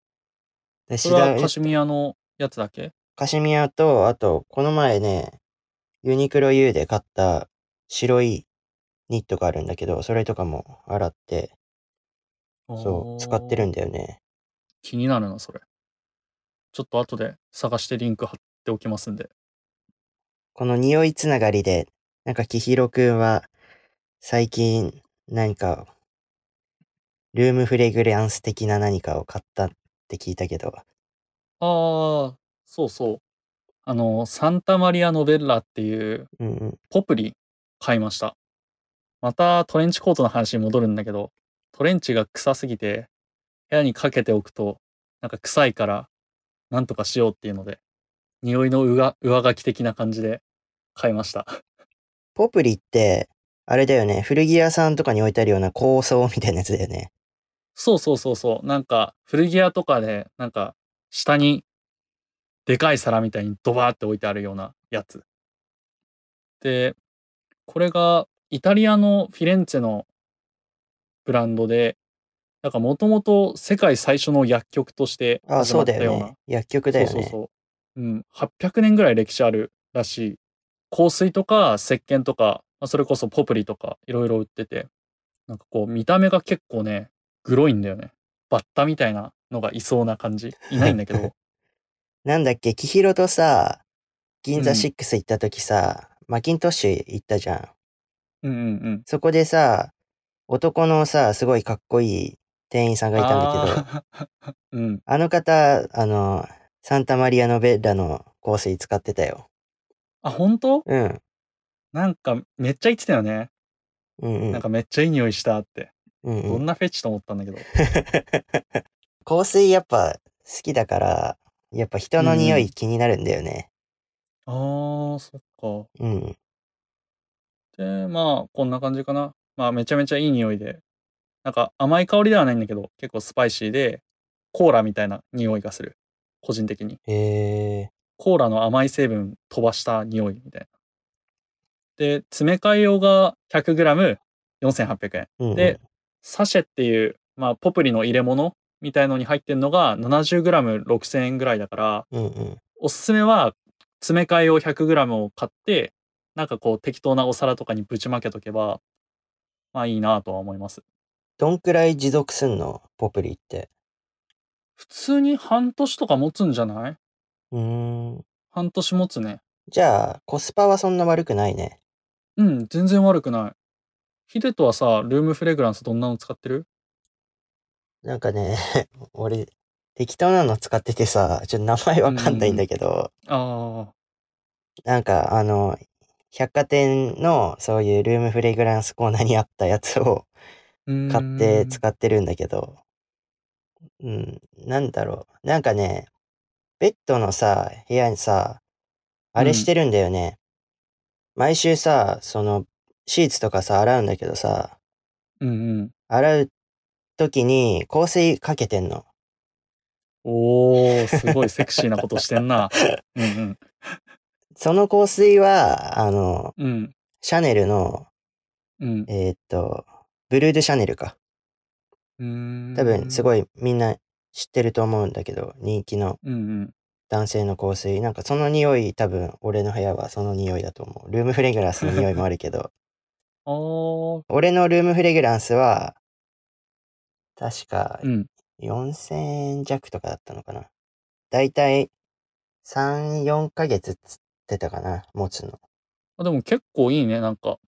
Speaker 2: で
Speaker 1: そ
Speaker 2: シ
Speaker 1: れ
Speaker 2: ダ
Speaker 1: はカ
Speaker 2: ウ
Speaker 1: シミヤのやつだけ
Speaker 2: カシミヤと、あと、この前ね、ユニクロ U で買った白いニットがあるんだけど、それとかも洗って、そう、使ってる
Speaker 1: あー
Speaker 2: んだよね。
Speaker 1: 気になるな、それ。ちょっと後で探してリンク貼っておきますんで。
Speaker 2: この匂いつながりで、なんか、きひろくんは、最近、何か、ルームフレグランス的な何かを買ったって聞いたけど、
Speaker 1: ああ、そうそう。あの、サンタマリア・ノベッラっていう
Speaker 2: うんうん。
Speaker 1: ポプリ買いました。またトレンチコートの話に戻るんだけど、トレンチが臭すぎて、部屋にかけておくと、なんか臭いから、なんとかしようっていうので、匂いの上上書き的な感じで買いました。
Speaker 2: ポプリって、あれだよね、古着屋さんとかに置いてあるような香草みたいなやつだよね。
Speaker 1: そうそうそうそう。なんか、古着屋とかで、なんか、下に、でかい皿みたいにドバーって置いてあるようなやつ。で、これが、イタリアのフィレンツェのブランドで、なんかもともと世界最初の薬局として
Speaker 2: ああ、
Speaker 1: 始
Speaker 2: そ
Speaker 1: ま
Speaker 2: う
Speaker 1: っ
Speaker 2: だ
Speaker 1: た
Speaker 2: よ
Speaker 1: ような。
Speaker 2: ね。薬局だよね。
Speaker 1: そうそうそう。うん。800年ぐらい歴史あるらしい。香水とか石鹸とか、まあ、それこそポプリとかいろいろ売ってて、なんかこう見た目が結構ね、グロいんだよね。バッタみたいなのがいそうな感じ。いないんだけ
Speaker 2: (laughs)
Speaker 1: ど。
Speaker 2: なんだっけ、キヒロとさ、銀座
Speaker 1: うん
Speaker 2: 6行った時さ、マキントッシュ行ったじゃん。
Speaker 1: うんうんうん。
Speaker 2: そこでさ、男のさ、すごいかっこいい店員さんがいたんだけど、
Speaker 1: ああー。 (laughs) うん。
Speaker 2: あの方、あの、サンタマリアノベッラの香水使ってたよ。
Speaker 1: あ、本当
Speaker 2: うん。
Speaker 1: なんかめっちゃ言ってたよね。
Speaker 2: うんうん。
Speaker 1: なんかめっちゃいい匂いしたって。
Speaker 2: うんう
Speaker 1: どん
Speaker 2: ん、
Speaker 1: なフェチと思ったんだけど。
Speaker 2: (laughs) 香水やっぱ好きだから、やっぱ人の匂い気になるんだよね。
Speaker 1: ああ、そっか。
Speaker 2: うん。
Speaker 1: で、まあ、こんな感じかな。まあ、めちゃめちゃいい匂いで、なんか甘い香りではないんだけど、結構スパイシーで、コーラみたいな匂いがする。個人的に。
Speaker 2: へえ。
Speaker 1: コーラの甘い成分飛ばした匂いみたいな。で、詰め替え用が 100g4800 円。
Speaker 2: うんうん、
Speaker 1: で、サシェっていう、まあ、ポプリの入れ物みたいのに入ってるのが 70g6000 円ぐらいだから、
Speaker 2: うんうん。
Speaker 1: おすすめは詰め替え用 100g を買ってなんかこう適当なお皿とかにぶちまけとけばまあいいなとは思います
Speaker 2: どんくらい持続すんのポプリって。
Speaker 1: 普通に半年とか持つんじゃないう
Speaker 2: ーん。
Speaker 1: 半年持つね
Speaker 2: じゃあ、コスパはそんな悪くないね。
Speaker 1: うん全然悪くないヒデとはさルームフレグランスどんなの使ってる
Speaker 2: なんかね、 (laughs) 俺、適当なの使っててさ、ちょっと名前わかんないんだけど、
Speaker 1: あ
Speaker 2: なんかあの、百貨店のそういうルームフレグランスコーナーにあったやつを
Speaker 1: あ
Speaker 2: 買って使ってるんだけど、うん、なんだろう。なんかね、ベッドのさ、部屋にさ、
Speaker 1: う
Speaker 2: あれし
Speaker 1: ん。
Speaker 2: てるんだよね。毎週さ、その、シーツとかさ、洗うんだけどさ、
Speaker 1: うんうん。
Speaker 2: 洗う時に香水かけてんの。
Speaker 1: おお、すごいセクシーなことしてん
Speaker 2: (laughs)
Speaker 1: な。うん
Speaker 2: その香水は、あの、
Speaker 1: うん。
Speaker 2: シャネルの、
Speaker 1: うん。
Speaker 2: えーっと、ブルードゥシャネルか。
Speaker 1: うん。
Speaker 2: 多分、す
Speaker 1: うーん。
Speaker 2: ごいみんな知ってると思うんだけど、人気の
Speaker 1: うんうん。
Speaker 2: 男性の香水。なんかその匂い、多分、俺の部屋はその匂いだと思う。ルームフレグランスの匂いもある
Speaker 1: (laughs)
Speaker 2: けど、
Speaker 1: あー、
Speaker 2: 俺のルームフレグランスは、確か
Speaker 1: うん。
Speaker 2: 4000円弱とかだったのかな。だいたい3、4ヶ月つってたかな、持つの。
Speaker 1: あ、でも結構いいね。なんか、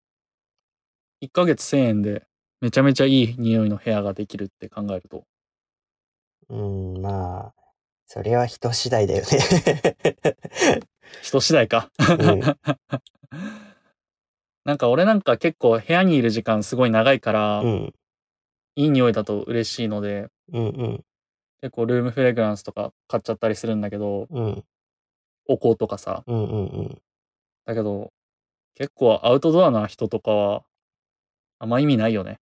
Speaker 1: 1ヶ月1000円で、めちゃめちゃいい匂いの部屋ができるって考えると。
Speaker 2: うん、まあ、それは人次第だよ
Speaker 1: (laughs)
Speaker 2: ね
Speaker 1: 人次第か。 (laughs)
Speaker 2: うん、
Speaker 1: なんか俺なんか結構部屋にいる時間すごい長いか
Speaker 2: う
Speaker 1: ら、
Speaker 2: ん、
Speaker 1: いい匂いだと嬉しいので、
Speaker 2: うん、うん、
Speaker 1: 結構ルームフレグランスとか買っちゃったりするんだけど、
Speaker 2: うん、
Speaker 1: お香とかさ。
Speaker 2: うん、うん、うん。
Speaker 1: だけど、結構アウトドアな人とかは、あんま意味ないよね。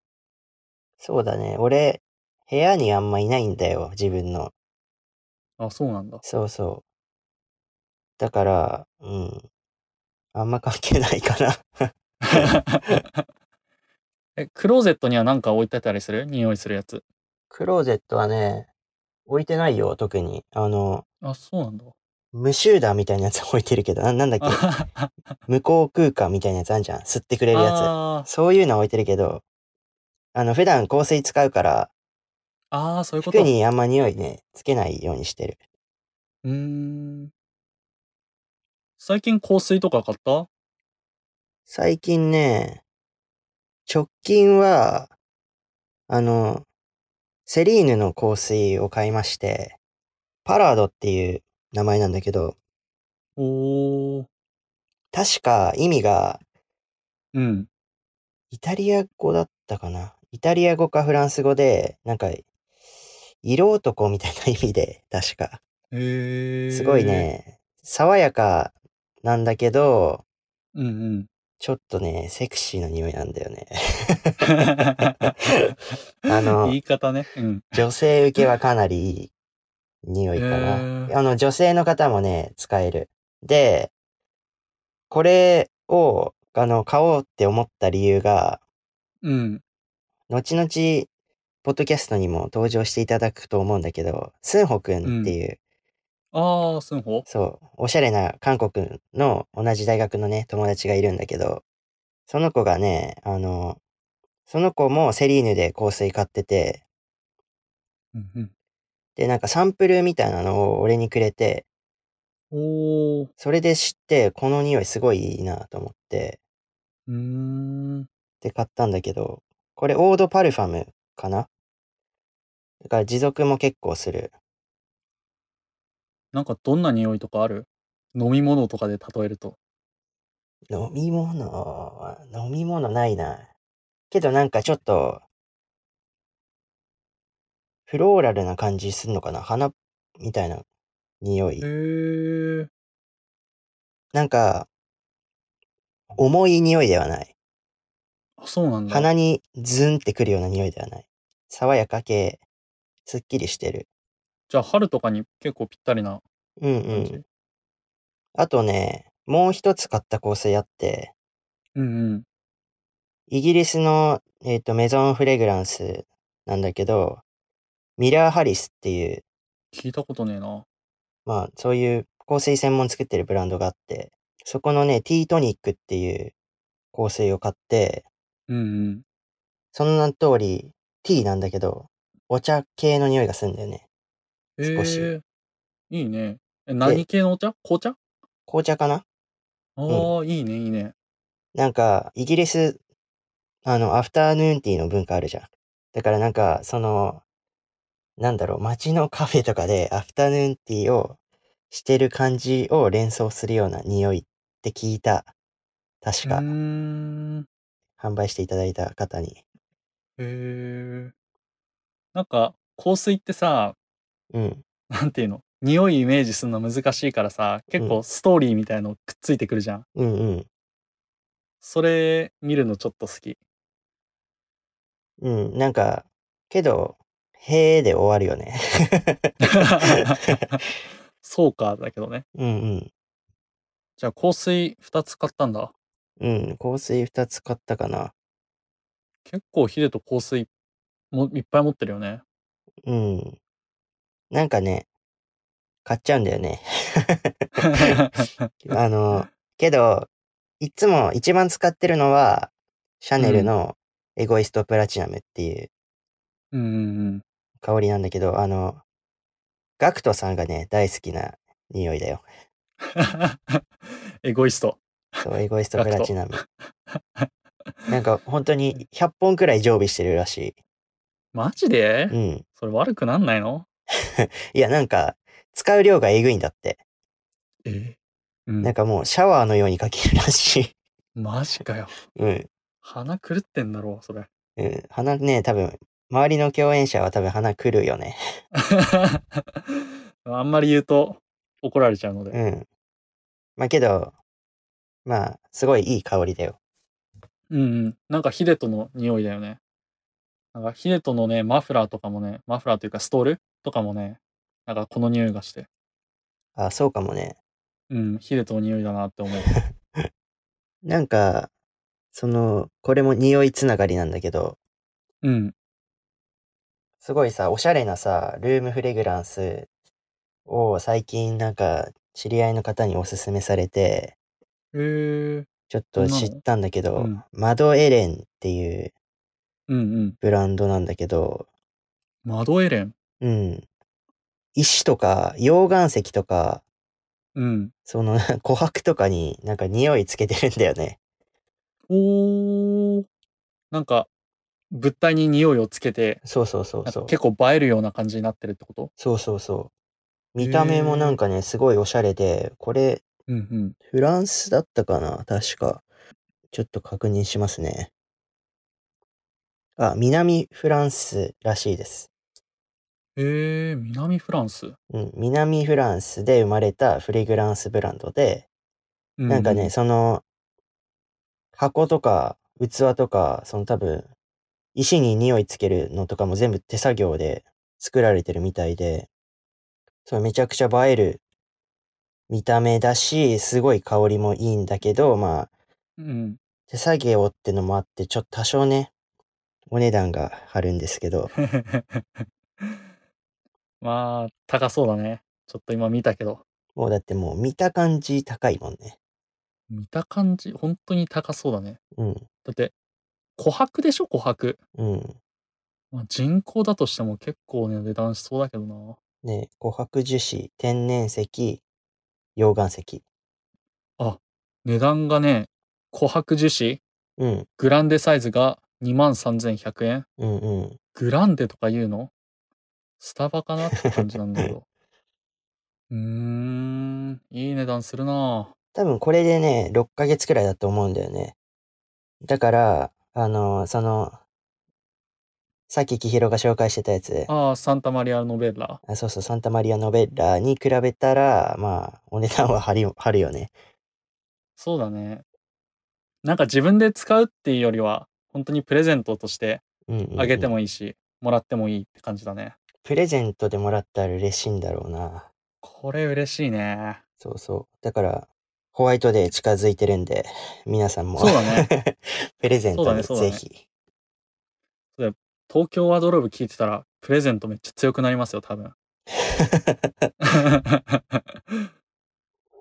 Speaker 2: そうだね。俺、部屋にあんまいないんだよ、自分の。
Speaker 1: あ、そうなんだ。 (laughs)
Speaker 2: そうそう。だから、うん、あんま関係ない (laughs) かな
Speaker 1: え、クローゼットには何か置いてたりする匂いするやつ。
Speaker 2: クローゼットはね、置いてないよ、特に。あの、
Speaker 1: あ、そうなんだ。
Speaker 2: 無臭弾みたいなやつ置いてるけど、な、なんだっ
Speaker 1: あ
Speaker 2: け
Speaker 1: はは
Speaker 2: 無効空間みたいなやつあんじゃん。吸ってくれるやつ。
Speaker 1: あー、
Speaker 2: そういうの置いてるけど、あの、普段香水使うから、
Speaker 1: あーそういうこ
Speaker 2: 服
Speaker 1: と。
Speaker 2: にあんま匂いね、つけないようにしてる。
Speaker 1: うーん。最近香水とか買った
Speaker 2: 最近ね、直近は、あの、セリーヌの香水を買いまして、パラードっていう名前なんだけど、
Speaker 1: おー。
Speaker 2: 確か意味が
Speaker 1: うん。
Speaker 2: イタリア語だったかな。イタリア語かフランス語で、なんか、色男みたいな意味で、確か。すごい
Speaker 1: へえ。
Speaker 2: ね、爽やかなんだけど、
Speaker 1: うんうん。
Speaker 2: ちょっとね、セクシーな匂いなんだよね。あ
Speaker 1: (laughs) 言
Speaker 2: の、
Speaker 1: い方ね。うん。
Speaker 2: 女性受けはかなりいい匂いかな。
Speaker 1: へえ。
Speaker 2: あの、女性の方もね、使える。で、これを、あの、買おうって思った理由が、
Speaker 1: うん。
Speaker 2: 後々、ポッドキャストにも登場していただくと思うんだけど、スンホくん
Speaker 1: う
Speaker 2: って
Speaker 1: ん。
Speaker 2: いう、
Speaker 1: ああ、スンホ
Speaker 2: そう、おしゃれな韓国の同じ大学のね、友達がいるんだけど、その子がね、あの、その子もセリーヌで香水買ってて、
Speaker 1: うんうん。
Speaker 2: で、なんかサンプルみたいなのを俺にくれて、
Speaker 1: おー。
Speaker 2: それで知って、この匂いすごいいいなと思って、
Speaker 1: うーん。
Speaker 2: で買ったんだけど、これオードパルファムかなだから持続も結構する。
Speaker 1: なんかどんな匂いとかある飲み物とかで例えると。
Speaker 2: 飲み物は、飲み物ないな。けどなんかちょっと、フローラルな感じすんのかな花みたいな匂
Speaker 1: へ
Speaker 2: い。
Speaker 1: え。
Speaker 2: なんか、重い匂いではない。
Speaker 1: あ、そうなんだ。
Speaker 2: 鼻にズンってくるような匂いではない。爽やか系、すっきりしてる。
Speaker 1: じゃあ春とかに結構ぴったりな
Speaker 2: うんう
Speaker 1: 感
Speaker 2: ん。
Speaker 1: じ。
Speaker 2: あとね、もう一つ買った香水あって、
Speaker 1: うんうん。
Speaker 2: イギリスの、えっと、メゾンフレグランスなんだけど、ミラー・ハリスっていう、
Speaker 1: 聞いたことねえな。
Speaker 2: まあ、そういう香水専門作ってるブランドがあって、そこのね、ティートニックっていう香水を買って、
Speaker 1: うんうん。
Speaker 2: その名の通り、ティーなんだけど、お茶系の匂いがするんだよね。少し。
Speaker 1: ええいいね。え、
Speaker 2: で、
Speaker 1: 何系のお茶紅茶
Speaker 2: 紅茶かなうん。
Speaker 1: ああ、いいね、いいね。
Speaker 2: なんか、イギリス、あの、アフターヌーンティーの文化あるじゃん。だからなんか、その、なんだろう、街のカフェとかでアフタヌーンティーをしてる感じを連想するような匂いって聞いた。確
Speaker 1: う
Speaker 2: か、
Speaker 1: ーん。
Speaker 2: 販売していただいた方に。
Speaker 1: へえ。なんか香水ってさ、
Speaker 2: うん。
Speaker 1: なんていうの匂いイメージするの難しいからさ、結構ストーリーみたいのくっついてくるじゃん。
Speaker 2: うんうん。
Speaker 1: それ見るのちょっと好
Speaker 2: (laughs)
Speaker 1: き。
Speaker 2: うん。なんか、けど、へーで終わるよね。 (laughs)
Speaker 1: そうか、だけどね。
Speaker 2: うんうん。
Speaker 1: じゃあ香水2つ買ったんだ。
Speaker 2: うん。香水2つ買ったかな。
Speaker 1: 結構ヒデと香水もいっぱい持ってるよね。
Speaker 2: うん。なんかね、買っちゃうんだよね。あの、けど、いつも一番使ってるのは、シャネルのエゴイストプラチナムっていう
Speaker 1: (laughs) うんうん (laughs)
Speaker 2: 香りなんだけど、あの、ガクトさんがね、大好きな匂いだよ。
Speaker 1: うん。エゴイスト。
Speaker 2: そう、エゴイストプラチナム。なんか本当に100本くらい常備してるらし
Speaker 1: マジで
Speaker 2: い。うん。
Speaker 1: それ悪くなんないの
Speaker 2: いや、なんか、使う量がえぐいんだって。
Speaker 1: え、うん
Speaker 2: なんかもうシャワーのようにかけるらしい。
Speaker 1: マジかよ。
Speaker 2: うん。
Speaker 1: 鼻狂ってんだろう、それ。
Speaker 2: うん。鼻ね、多分、周りの共演者は多分鼻くるよね。
Speaker 1: あんまり言うと怒られちゃうので。
Speaker 2: うん。まあけど、まあ、すごいいい香りだよ。
Speaker 1: うんうん。なんかヒデトの匂いだよね。なんかヒデトのね、マフラーとかもね、マフラーというかストールとかもね、なんかこの匂いがして、
Speaker 2: あ、そうかもね。
Speaker 1: うん、ヒデトの匂いだなって思う。
Speaker 2: なんか、その、これも匂いつながりなんだけど、
Speaker 1: うん。
Speaker 2: すごいさ、おしゃれなさ、ルームフレグランスを最近なんか、知り合いの方におすすめされて、
Speaker 1: へえ。
Speaker 2: ちょっ
Speaker 1: そ
Speaker 2: と
Speaker 1: んなの
Speaker 2: 知ったんだけど、
Speaker 1: うん
Speaker 2: マドエレンっていう
Speaker 1: うんうん。
Speaker 2: ブランドなんだけど、
Speaker 1: マドエレン。
Speaker 2: うん。石とか、溶岩石とか、
Speaker 1: うん。
Speaker 2: その、 (laughs) 琥珀とかになんか匂いつけてるんだよね。
Speaker 1: おー。なんか、物体に匂いをつけて、
Speaker 2: そうそうそう
Speaker 1: なん
Speaker 2: そ
Speaker 1: か
Speaker 2: う。
Speaker 1: 結構映えるような感じになってるってこと
Speaker 2: そうそうそう。見た目もなんかね、すごいおしゃれで、これ、
Speaker 1: うんうん。
Speaker 2: フランスだったかな確か。ちょっと確認しますね。あ、南フランスらしいです。
Speaker 1: へえ、南フランス。
Speaker 2: うん、南フランスで生まれたフレグランスブランドで、
Speaker 1: う
Speaker 2: なんかね、、その、箱とか器とか、その多分、石に匂いつけるのとかも全部手作業で作られてるみたいで、そう、めちゃくちゃ映える見た目だし、すごい香りもいいんだけど、まあ、
Speaker 1: うん。 (laughs)
Speaker 2: 手作業ってのもあって、ちょっと多少ね、お値段が張るんですけど、
Speaker 1: まあ、高そうだね。ちょっと今見たけど。
Speaker 2: もうだってもう見た感じ高いもんね。
Speaker 1: 見た感じ、本当に高そうだね。
Speaker 2: うん、
Speaker 1: だって、琥珀でしょ、琥珀。
Speaker 2: うん。
Speaker 1: まあ、人工だとしても結構ね、値段しそうだけどな。
Speaker 2: ね、琥珀樹脂、天然石、溶岩石。
Speaker 1: 値段がね、琥珀樹脂、
Speaker 2: うん、
Speaker 1: グランデサイズが23,100円。
Speaker 2: うん、うん。
Speaker 1: グランデとか言うのスタバかなって感じなんだけ
Speaker 2: (laughs)
Speaker 1: ど。うーん、いい値段するな
Speaker 2: 多分これでね、6ヶ月くらいだと思うんだよね。だから、あの、その、さっき千尋が紹介してたやつ、
Speaker 1: ああ、サンタマリア・ノベッラ。
Speaker 2: あそうそう、サンタマリア・ノベッラに比べたら、まあ、お値段は張り張るよね。
Speaker 1: そうだね。なんか自分で使うっていうよりは、本当にプレゼントとして
Speaker 2: うんうんうん
Speaker 1: あげてもいいし、もらってもいいって感じだね。
Speaker 2: プレゼントでもらったら嬉しいんだろうな。
Speaker 1: これ嬉しいね。
Speaker 2: そうそう。だから、ホワイトデー近づいてるんで、皆さんも。
Speaker 1: そうだね
Speaker 2: (laughs) プレゼン
Speaker 1: そうだ
Speaker 2: トに
Speaker 1: ねそうだ
Speaker 2: ぜ
Speaker 1: ね
Speaker 2: ひ。
Speaker 1: 東京ワードローブ聞いてたら、プレゼントめっちゃ強くなりますよ、多分。 (laughs)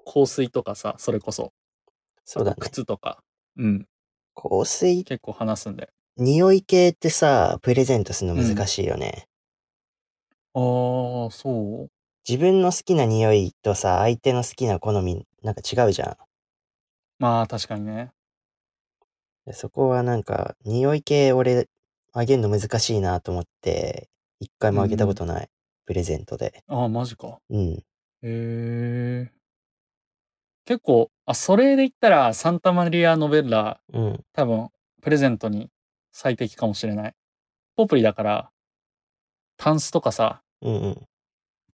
Speaker 1: 香水とかさ、それこそ。
Speaker 2: (laughs) そうだね。
Speaker 1: 靴とか。うん。
Speaker 2: 香水、
Speaker 1: 結構話すんで。
Speaker 2: 匂い系ってさ、プレゼントするの難しいよね。
Speaker 1: ああ、そう
Speaker 2: 自分の好きな匂いとさ、相手の好きな好み、なんか違うじゃ
Speaker 1: まあ、確かにね。
Speaker 2: ん。そこはなんか、匂い系俺、あげるの難しいなと思って、一回もあげたことない。プレゼントで。
Speaker 1: ああ、マジか。
Speaker 2: うん。
Speaker 1: へえ。結構、あ、それで言ったら、サンタマリア・ノベッラ、
Speaker 2: うん。
Speaker 1: 多分、プレゼントに最適かもしれない。ポプリだから、タンスとかさ、
Speaker 2: うんうん。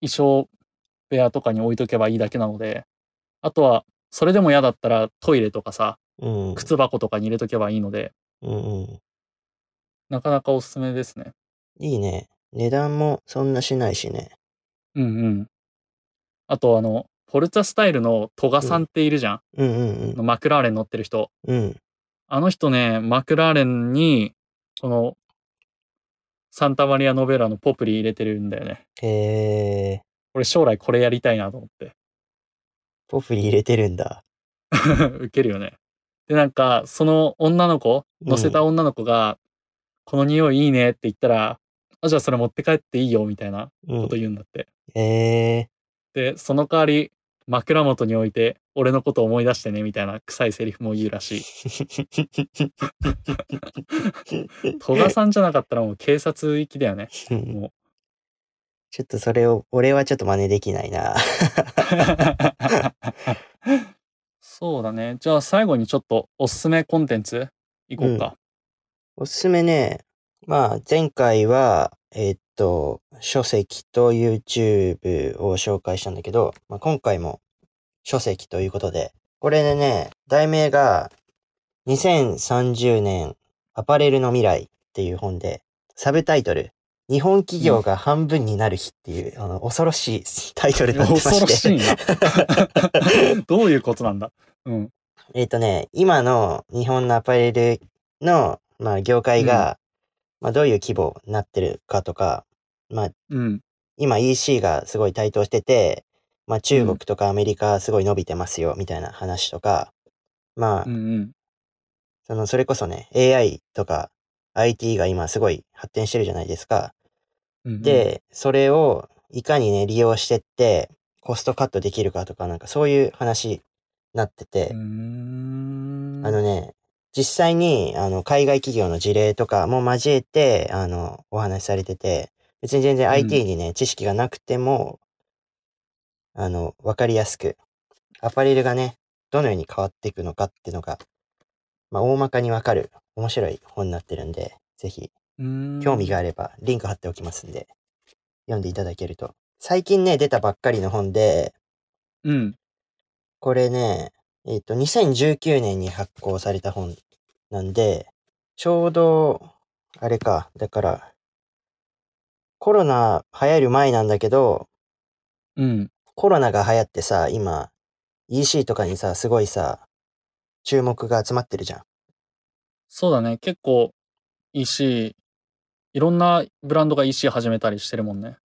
Speaker 1: 衣装部屋とかに置いとけばいいだけなので、あとは、それでも嫌だったらトイレとかさ、
Speaker 2: うんうん。
Speaker 1: 靴箱とかに入れとけばいいので、
Speaker 2: うんうん。
Speaker 1: なかなかおすすめですね。
Speaker 2: いいね。値段もそんなしないしね。
Speaker 1: うんうん。あと、あの、フォルツァスタイルのトガさんっているじゃん。
Speaker 2: うんう
Speaker 1: あ
Speaker 2: ん
Speaker 1: のマクラーレン乗ってる人。
Speaker 2: うん。うん。
Speaker 1: あの人ね、マクラーレンに、この、サンタマリア・ノベラのポプリ入れてるんだよね。
Speaker 2: へえ。
Speaker 1: 俺将来これやりたいなと思って。 (laughs)
Speaker 2: ポプリ入れてるんだ。
Speaker 1: ウケるよね。で、なんか、その女の子、乗せた女の子が、この匂いいいねって言ったら、あ、じゃあそれ持って帰っていいよみたいな
Speaker 2: う
Speaker 1: こ
Speaker 2: ん
Speaker 1: と。言うんだって。
Speaker 2: へえ。
Speaker 1: で、その代わり、枕元に置いて、俺のこと思い出してねみたいな臭いセリフも言うらしい。
Speaker 2: (laughs)
Speaker 1: 戸賀さんじゃなかったらもう警察行きだよね。もう。
Speaker 2: ちょっとそれを、俺はちょっと真似できないな。 (laughs)
Speaker 1: そうだね。じゃあ最後にちょっとおすすめコンテンツいこうか。
Speaker 2: おすすめね。まあ、前回は、えーっと、書籍と YouTube を紹介したんだけど、まあ、今回も書籍ということで、これでね、題名が、2030年アパレルの未来っていう本で、サブタイトル、日本企業が半分になる日っていう、あの、恐ろしいタイトルになってまして。
Speaker 1: 恐ろしいな。
Speaker 2: (laughs)
Speaker 1: どういうことなんだうん。
Speaker 2: えっ、とね、今の日本のアパレルの、まあ、業界が、まあ、どういう規模になってるかとか、まあ、
Speaker 1: うん。
Speaker 2: 今 EC がすごい台頭してて、まあ、中国とかアメリカすごい伸びてますよ、みたいな話とか、まあ、
Speaker 1: うんうん。
Speaker 2: その、それこそね、AI とか IT が今すごい発展してるじゃないですか。
Speaker 1: うんうん、
Speaker 2: で、それをいかにね、利用してって、コストカットできるかとか、なんかそういう話になってて、
Speaker 1: うーん。
Speaker 2: あのね、実際に、あの、海外企業の事例とかも交えて、あの、お話しされてて、別に全然 IT にね、知識がなくても、あの、わかりやすく、アパレルがね、どのように変わっていくのかっていうのが、まあ、大まかにわかる、面白い本になってるんで、ぜひ、
Speaker 1: うーん、
Speaker 2: 興味があれば、リンク貼っておきますんで、読んでいただけると。最近ね、出たばっかりの本で、
Speaker 1: うん。
Speaker 2: これね、えっ、と、2019年に発行された本なんで、ちょうど、あれか、だから、コロナ流行る前なんだけど、
Speaker 1: うん。
Speaker 2: コロナが流行ってさ、今、EC とかにさ、すごいさ、注目が集まってるじゃん。
Speaker 1: そうだね。結構 EC、いろんなブランドが EC 始めたりしてるもんね。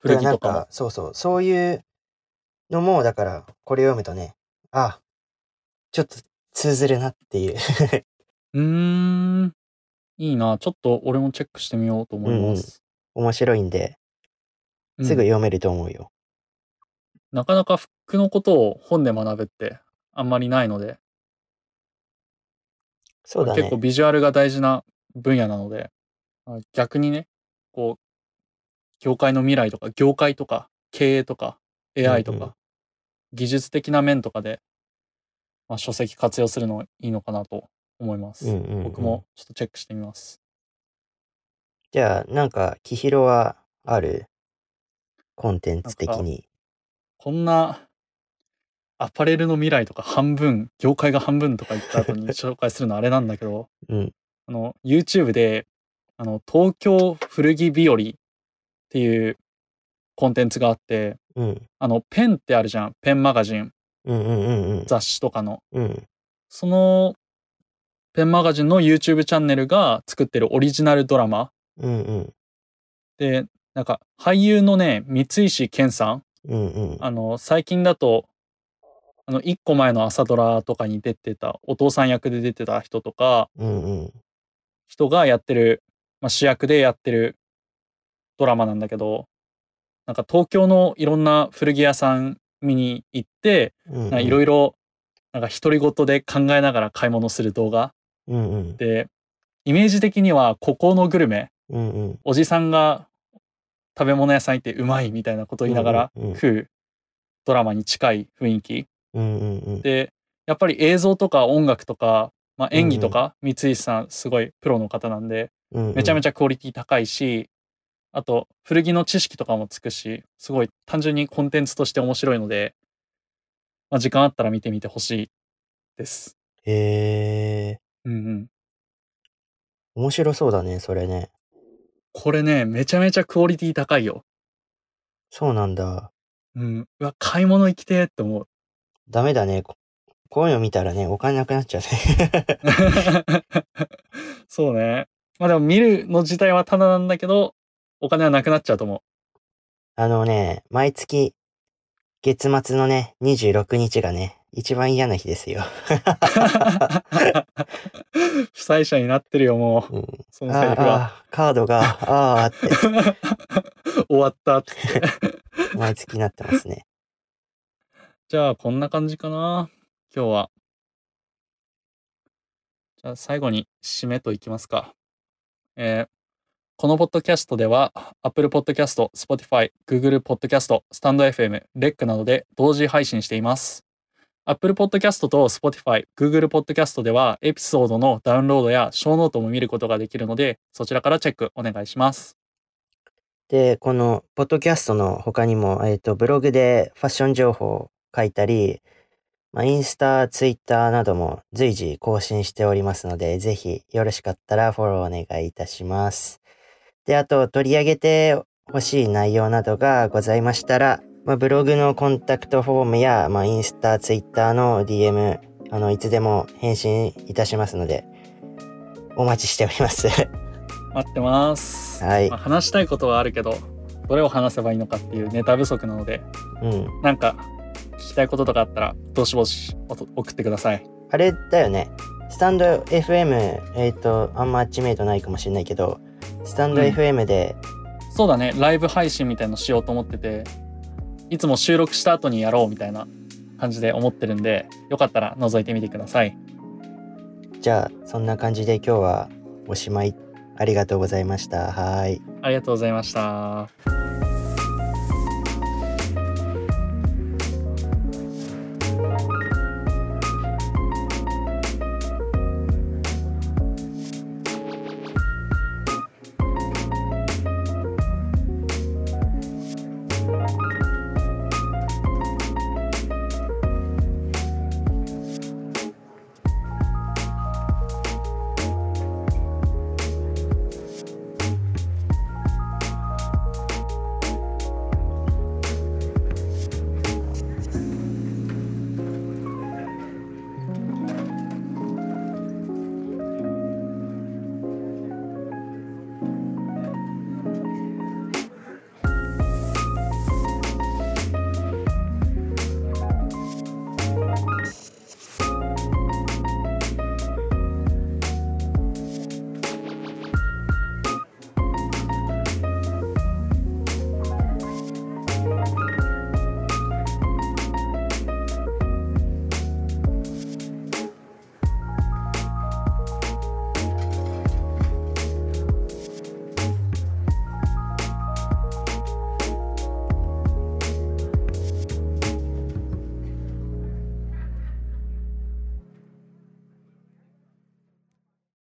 Speaker 1: 古着
Speaker 2: だ
Speaker 1: と
Speaker 2: から
Speaker 1: か
Speaker 2: なん
Speaker 1: も
Speaker 2: か、。そうそう、そういうのも、だから、これ読むとね、あ、ちょっと通ずるなっていう。 (laughs)
Speaker 1: うーん。いいな。ちょっと俺もチェックしてみようと思います。
Speaker 2: 面白いんで、
Speaker 1: うん
Speaker 2: すぐ読めると思うよ。
Speaker 1: なかなか服のことを本で学ぶってあんまりないので、
Speaker 2: そうだね。
Speaker 1: 結構ビジュアルが大事な分野なので、あ逆にね、こう、業界の未来とか、業界とか、経営とか、AI とか、
Speaker 2: うんうん
Speaker 1: 技術的な面とかで、まあ、書籍活用するのいいのかなと思います。
Speaker 2: うんうんうん
Speaker 1: 僕もちょっとチェックしてみます。
Speaker 2: じゃあ、なんか、きひろはあるコンテンツ的に。
Speaker 1: こんな、アパレルの未来とか半分、業界が半分とか言った後に紹介するのあれなんだけど、
Speaker 2: (laughs) うん。
Speaker 1: あの、YouTube で、あの、東京古着日和っていうコンテンツがあって、
Speaker 2: うん。
Speaker 1: あの、ペンってあるじゃん。ペンマガジン。
Speaker 2: うんうんうん
Speaker 1: 雑誌とかの。
Speaker 2: うん。うん。
Speaker 1: その、ペンマガジンの YouTube チャンネルが作ってるオリジナルドラマ
Speaker 2: うんうん。
Speaker 1: で、なんか、俳優のね、三石健さん。
Speaker 2: うんうん。
Speaker 1: あの、最近だと、あの、一個前の朝ドラとかに出てた、お父さん役で出てた人とか、
Speaker 2: うんうん。
Speaker 1: 人がやってる、まあ、主役でやってるドラマなんだけどなんか東京のいろんな古着屋さん見に行って
Speaker 2: うんうん。
Speaker 1: いろいろなんか独り言で考えながら買い物する動画
Speaker 2: うんうん。
Speaker 1: でイメージ的には孤高のグルメ
Speaker 2: うんうん。
Speaker 1: おじさんが食べ物屋さん行ってうまいみたいなこと言いながら
Speaker 2: うんうんうん
Speaker 1: 食うドラマに近い雰囲気
Speaker 2: うんうんうん。
Speaker 1: でやっぱり映像とか音楽とか、まあ、演技とか三石さんすごいプロの方なんで
Speaker 2: うんうん。
Speaker 1: めちゃめ
Speaker 2: ち
Speaker 1: ちゃクオリティ高いし、あと、古着の知識とかもつくし、すごい単純にコンテンツとして面白いので、まあ、時間あったら見てみてほしいです。
Speaker 2: へえ、
Speaker 1: うんうん。
Speaker 2: 面白そうだね、それね。
Speaker 1: これね、めちゃめちゃクオリティ高いよ。
Speaker 2: そうなんだ。
Speaker 1: うん。うわ、買い物行きてーって思う。 (laughs)
Speaker 2: ダメだね。ここういうの見たらね、お金なくなっちゃう
Speaker 1: (laughs)
Speaker 2: ね。
Speaker 1: そうね。まあでも見るの自体はただなんだけど、お金はなくなっちゃうと思
Speaker 2: あのね、毎月、月末のね、26日がね、一番嫌な日ですよ。
Speaker 1: う。 (laughs) 不採者になってるよ、もう。
Speaker 2: うん、
Speaker 1: その
Speaker 2: あ
Speaker 1: 財
Speaker 2: ー
Speaker 1: 布は。
Speaker 2: あー、カードが、あーあーっ
Speaker 1: (laughs) 終わったっつって。
Speaker 2: て、毎月なってますね。
Speaker 1: じゃあ、こんな感じかな。今日は。じゃあ、最後に締めといきますか。えーこのポッドキャストでは、Apple Podcast、Spotify、Google Podcast、StandFM、REC などで同時配信しています。Apple Podcast と Spotify、Google Podcast では、エピソードのダウンロードや小ノートも見ることができるので、そちらからチェックお願いします。
Speaker 2: で、この、ポッドキャストの他にも、えっ、と、ブログでファッション情報を書いたり、まあ、インスタ、ツイッターなども随時更新しておりますので、ぜひよろしかったらフォローお願いいたします。で、あと、取り上げてほしい内容などがございましたら、まあ、ブログのコンタクトフォームや、まあ、インスタ、ツイッターの DM、あの、いつでも返信いたしますので、お待ちしております。 (laughs)
Speaker 1: 待ってます。
Speaker 2: はい
Speaker 1: まあ話したいことはあるけど、どれを話せばいいのかっていうネタ不足なので、
Speaker 2: うん。
Speaker 1: なんか聞きたいこととかあったらどしどしおと送ってください。
Speaker 2: あれだよね。スタンド FM、えっ、と、あんま知名度ないかもしれないけど、スタンド
Speaker 1: うん
Speaker 2: FM で、
Speaker 1: そうだね、ライブ配信みたいのしようと思ってて、いつも収録した後にやろうみたいな感じで思ってるんで、よかったら覗いてみてください。
Speaker 2: じゃあ、そんな感じで今日はおしまい。ありがとうございました。はーい。
Speaker 1: ありがとうございました。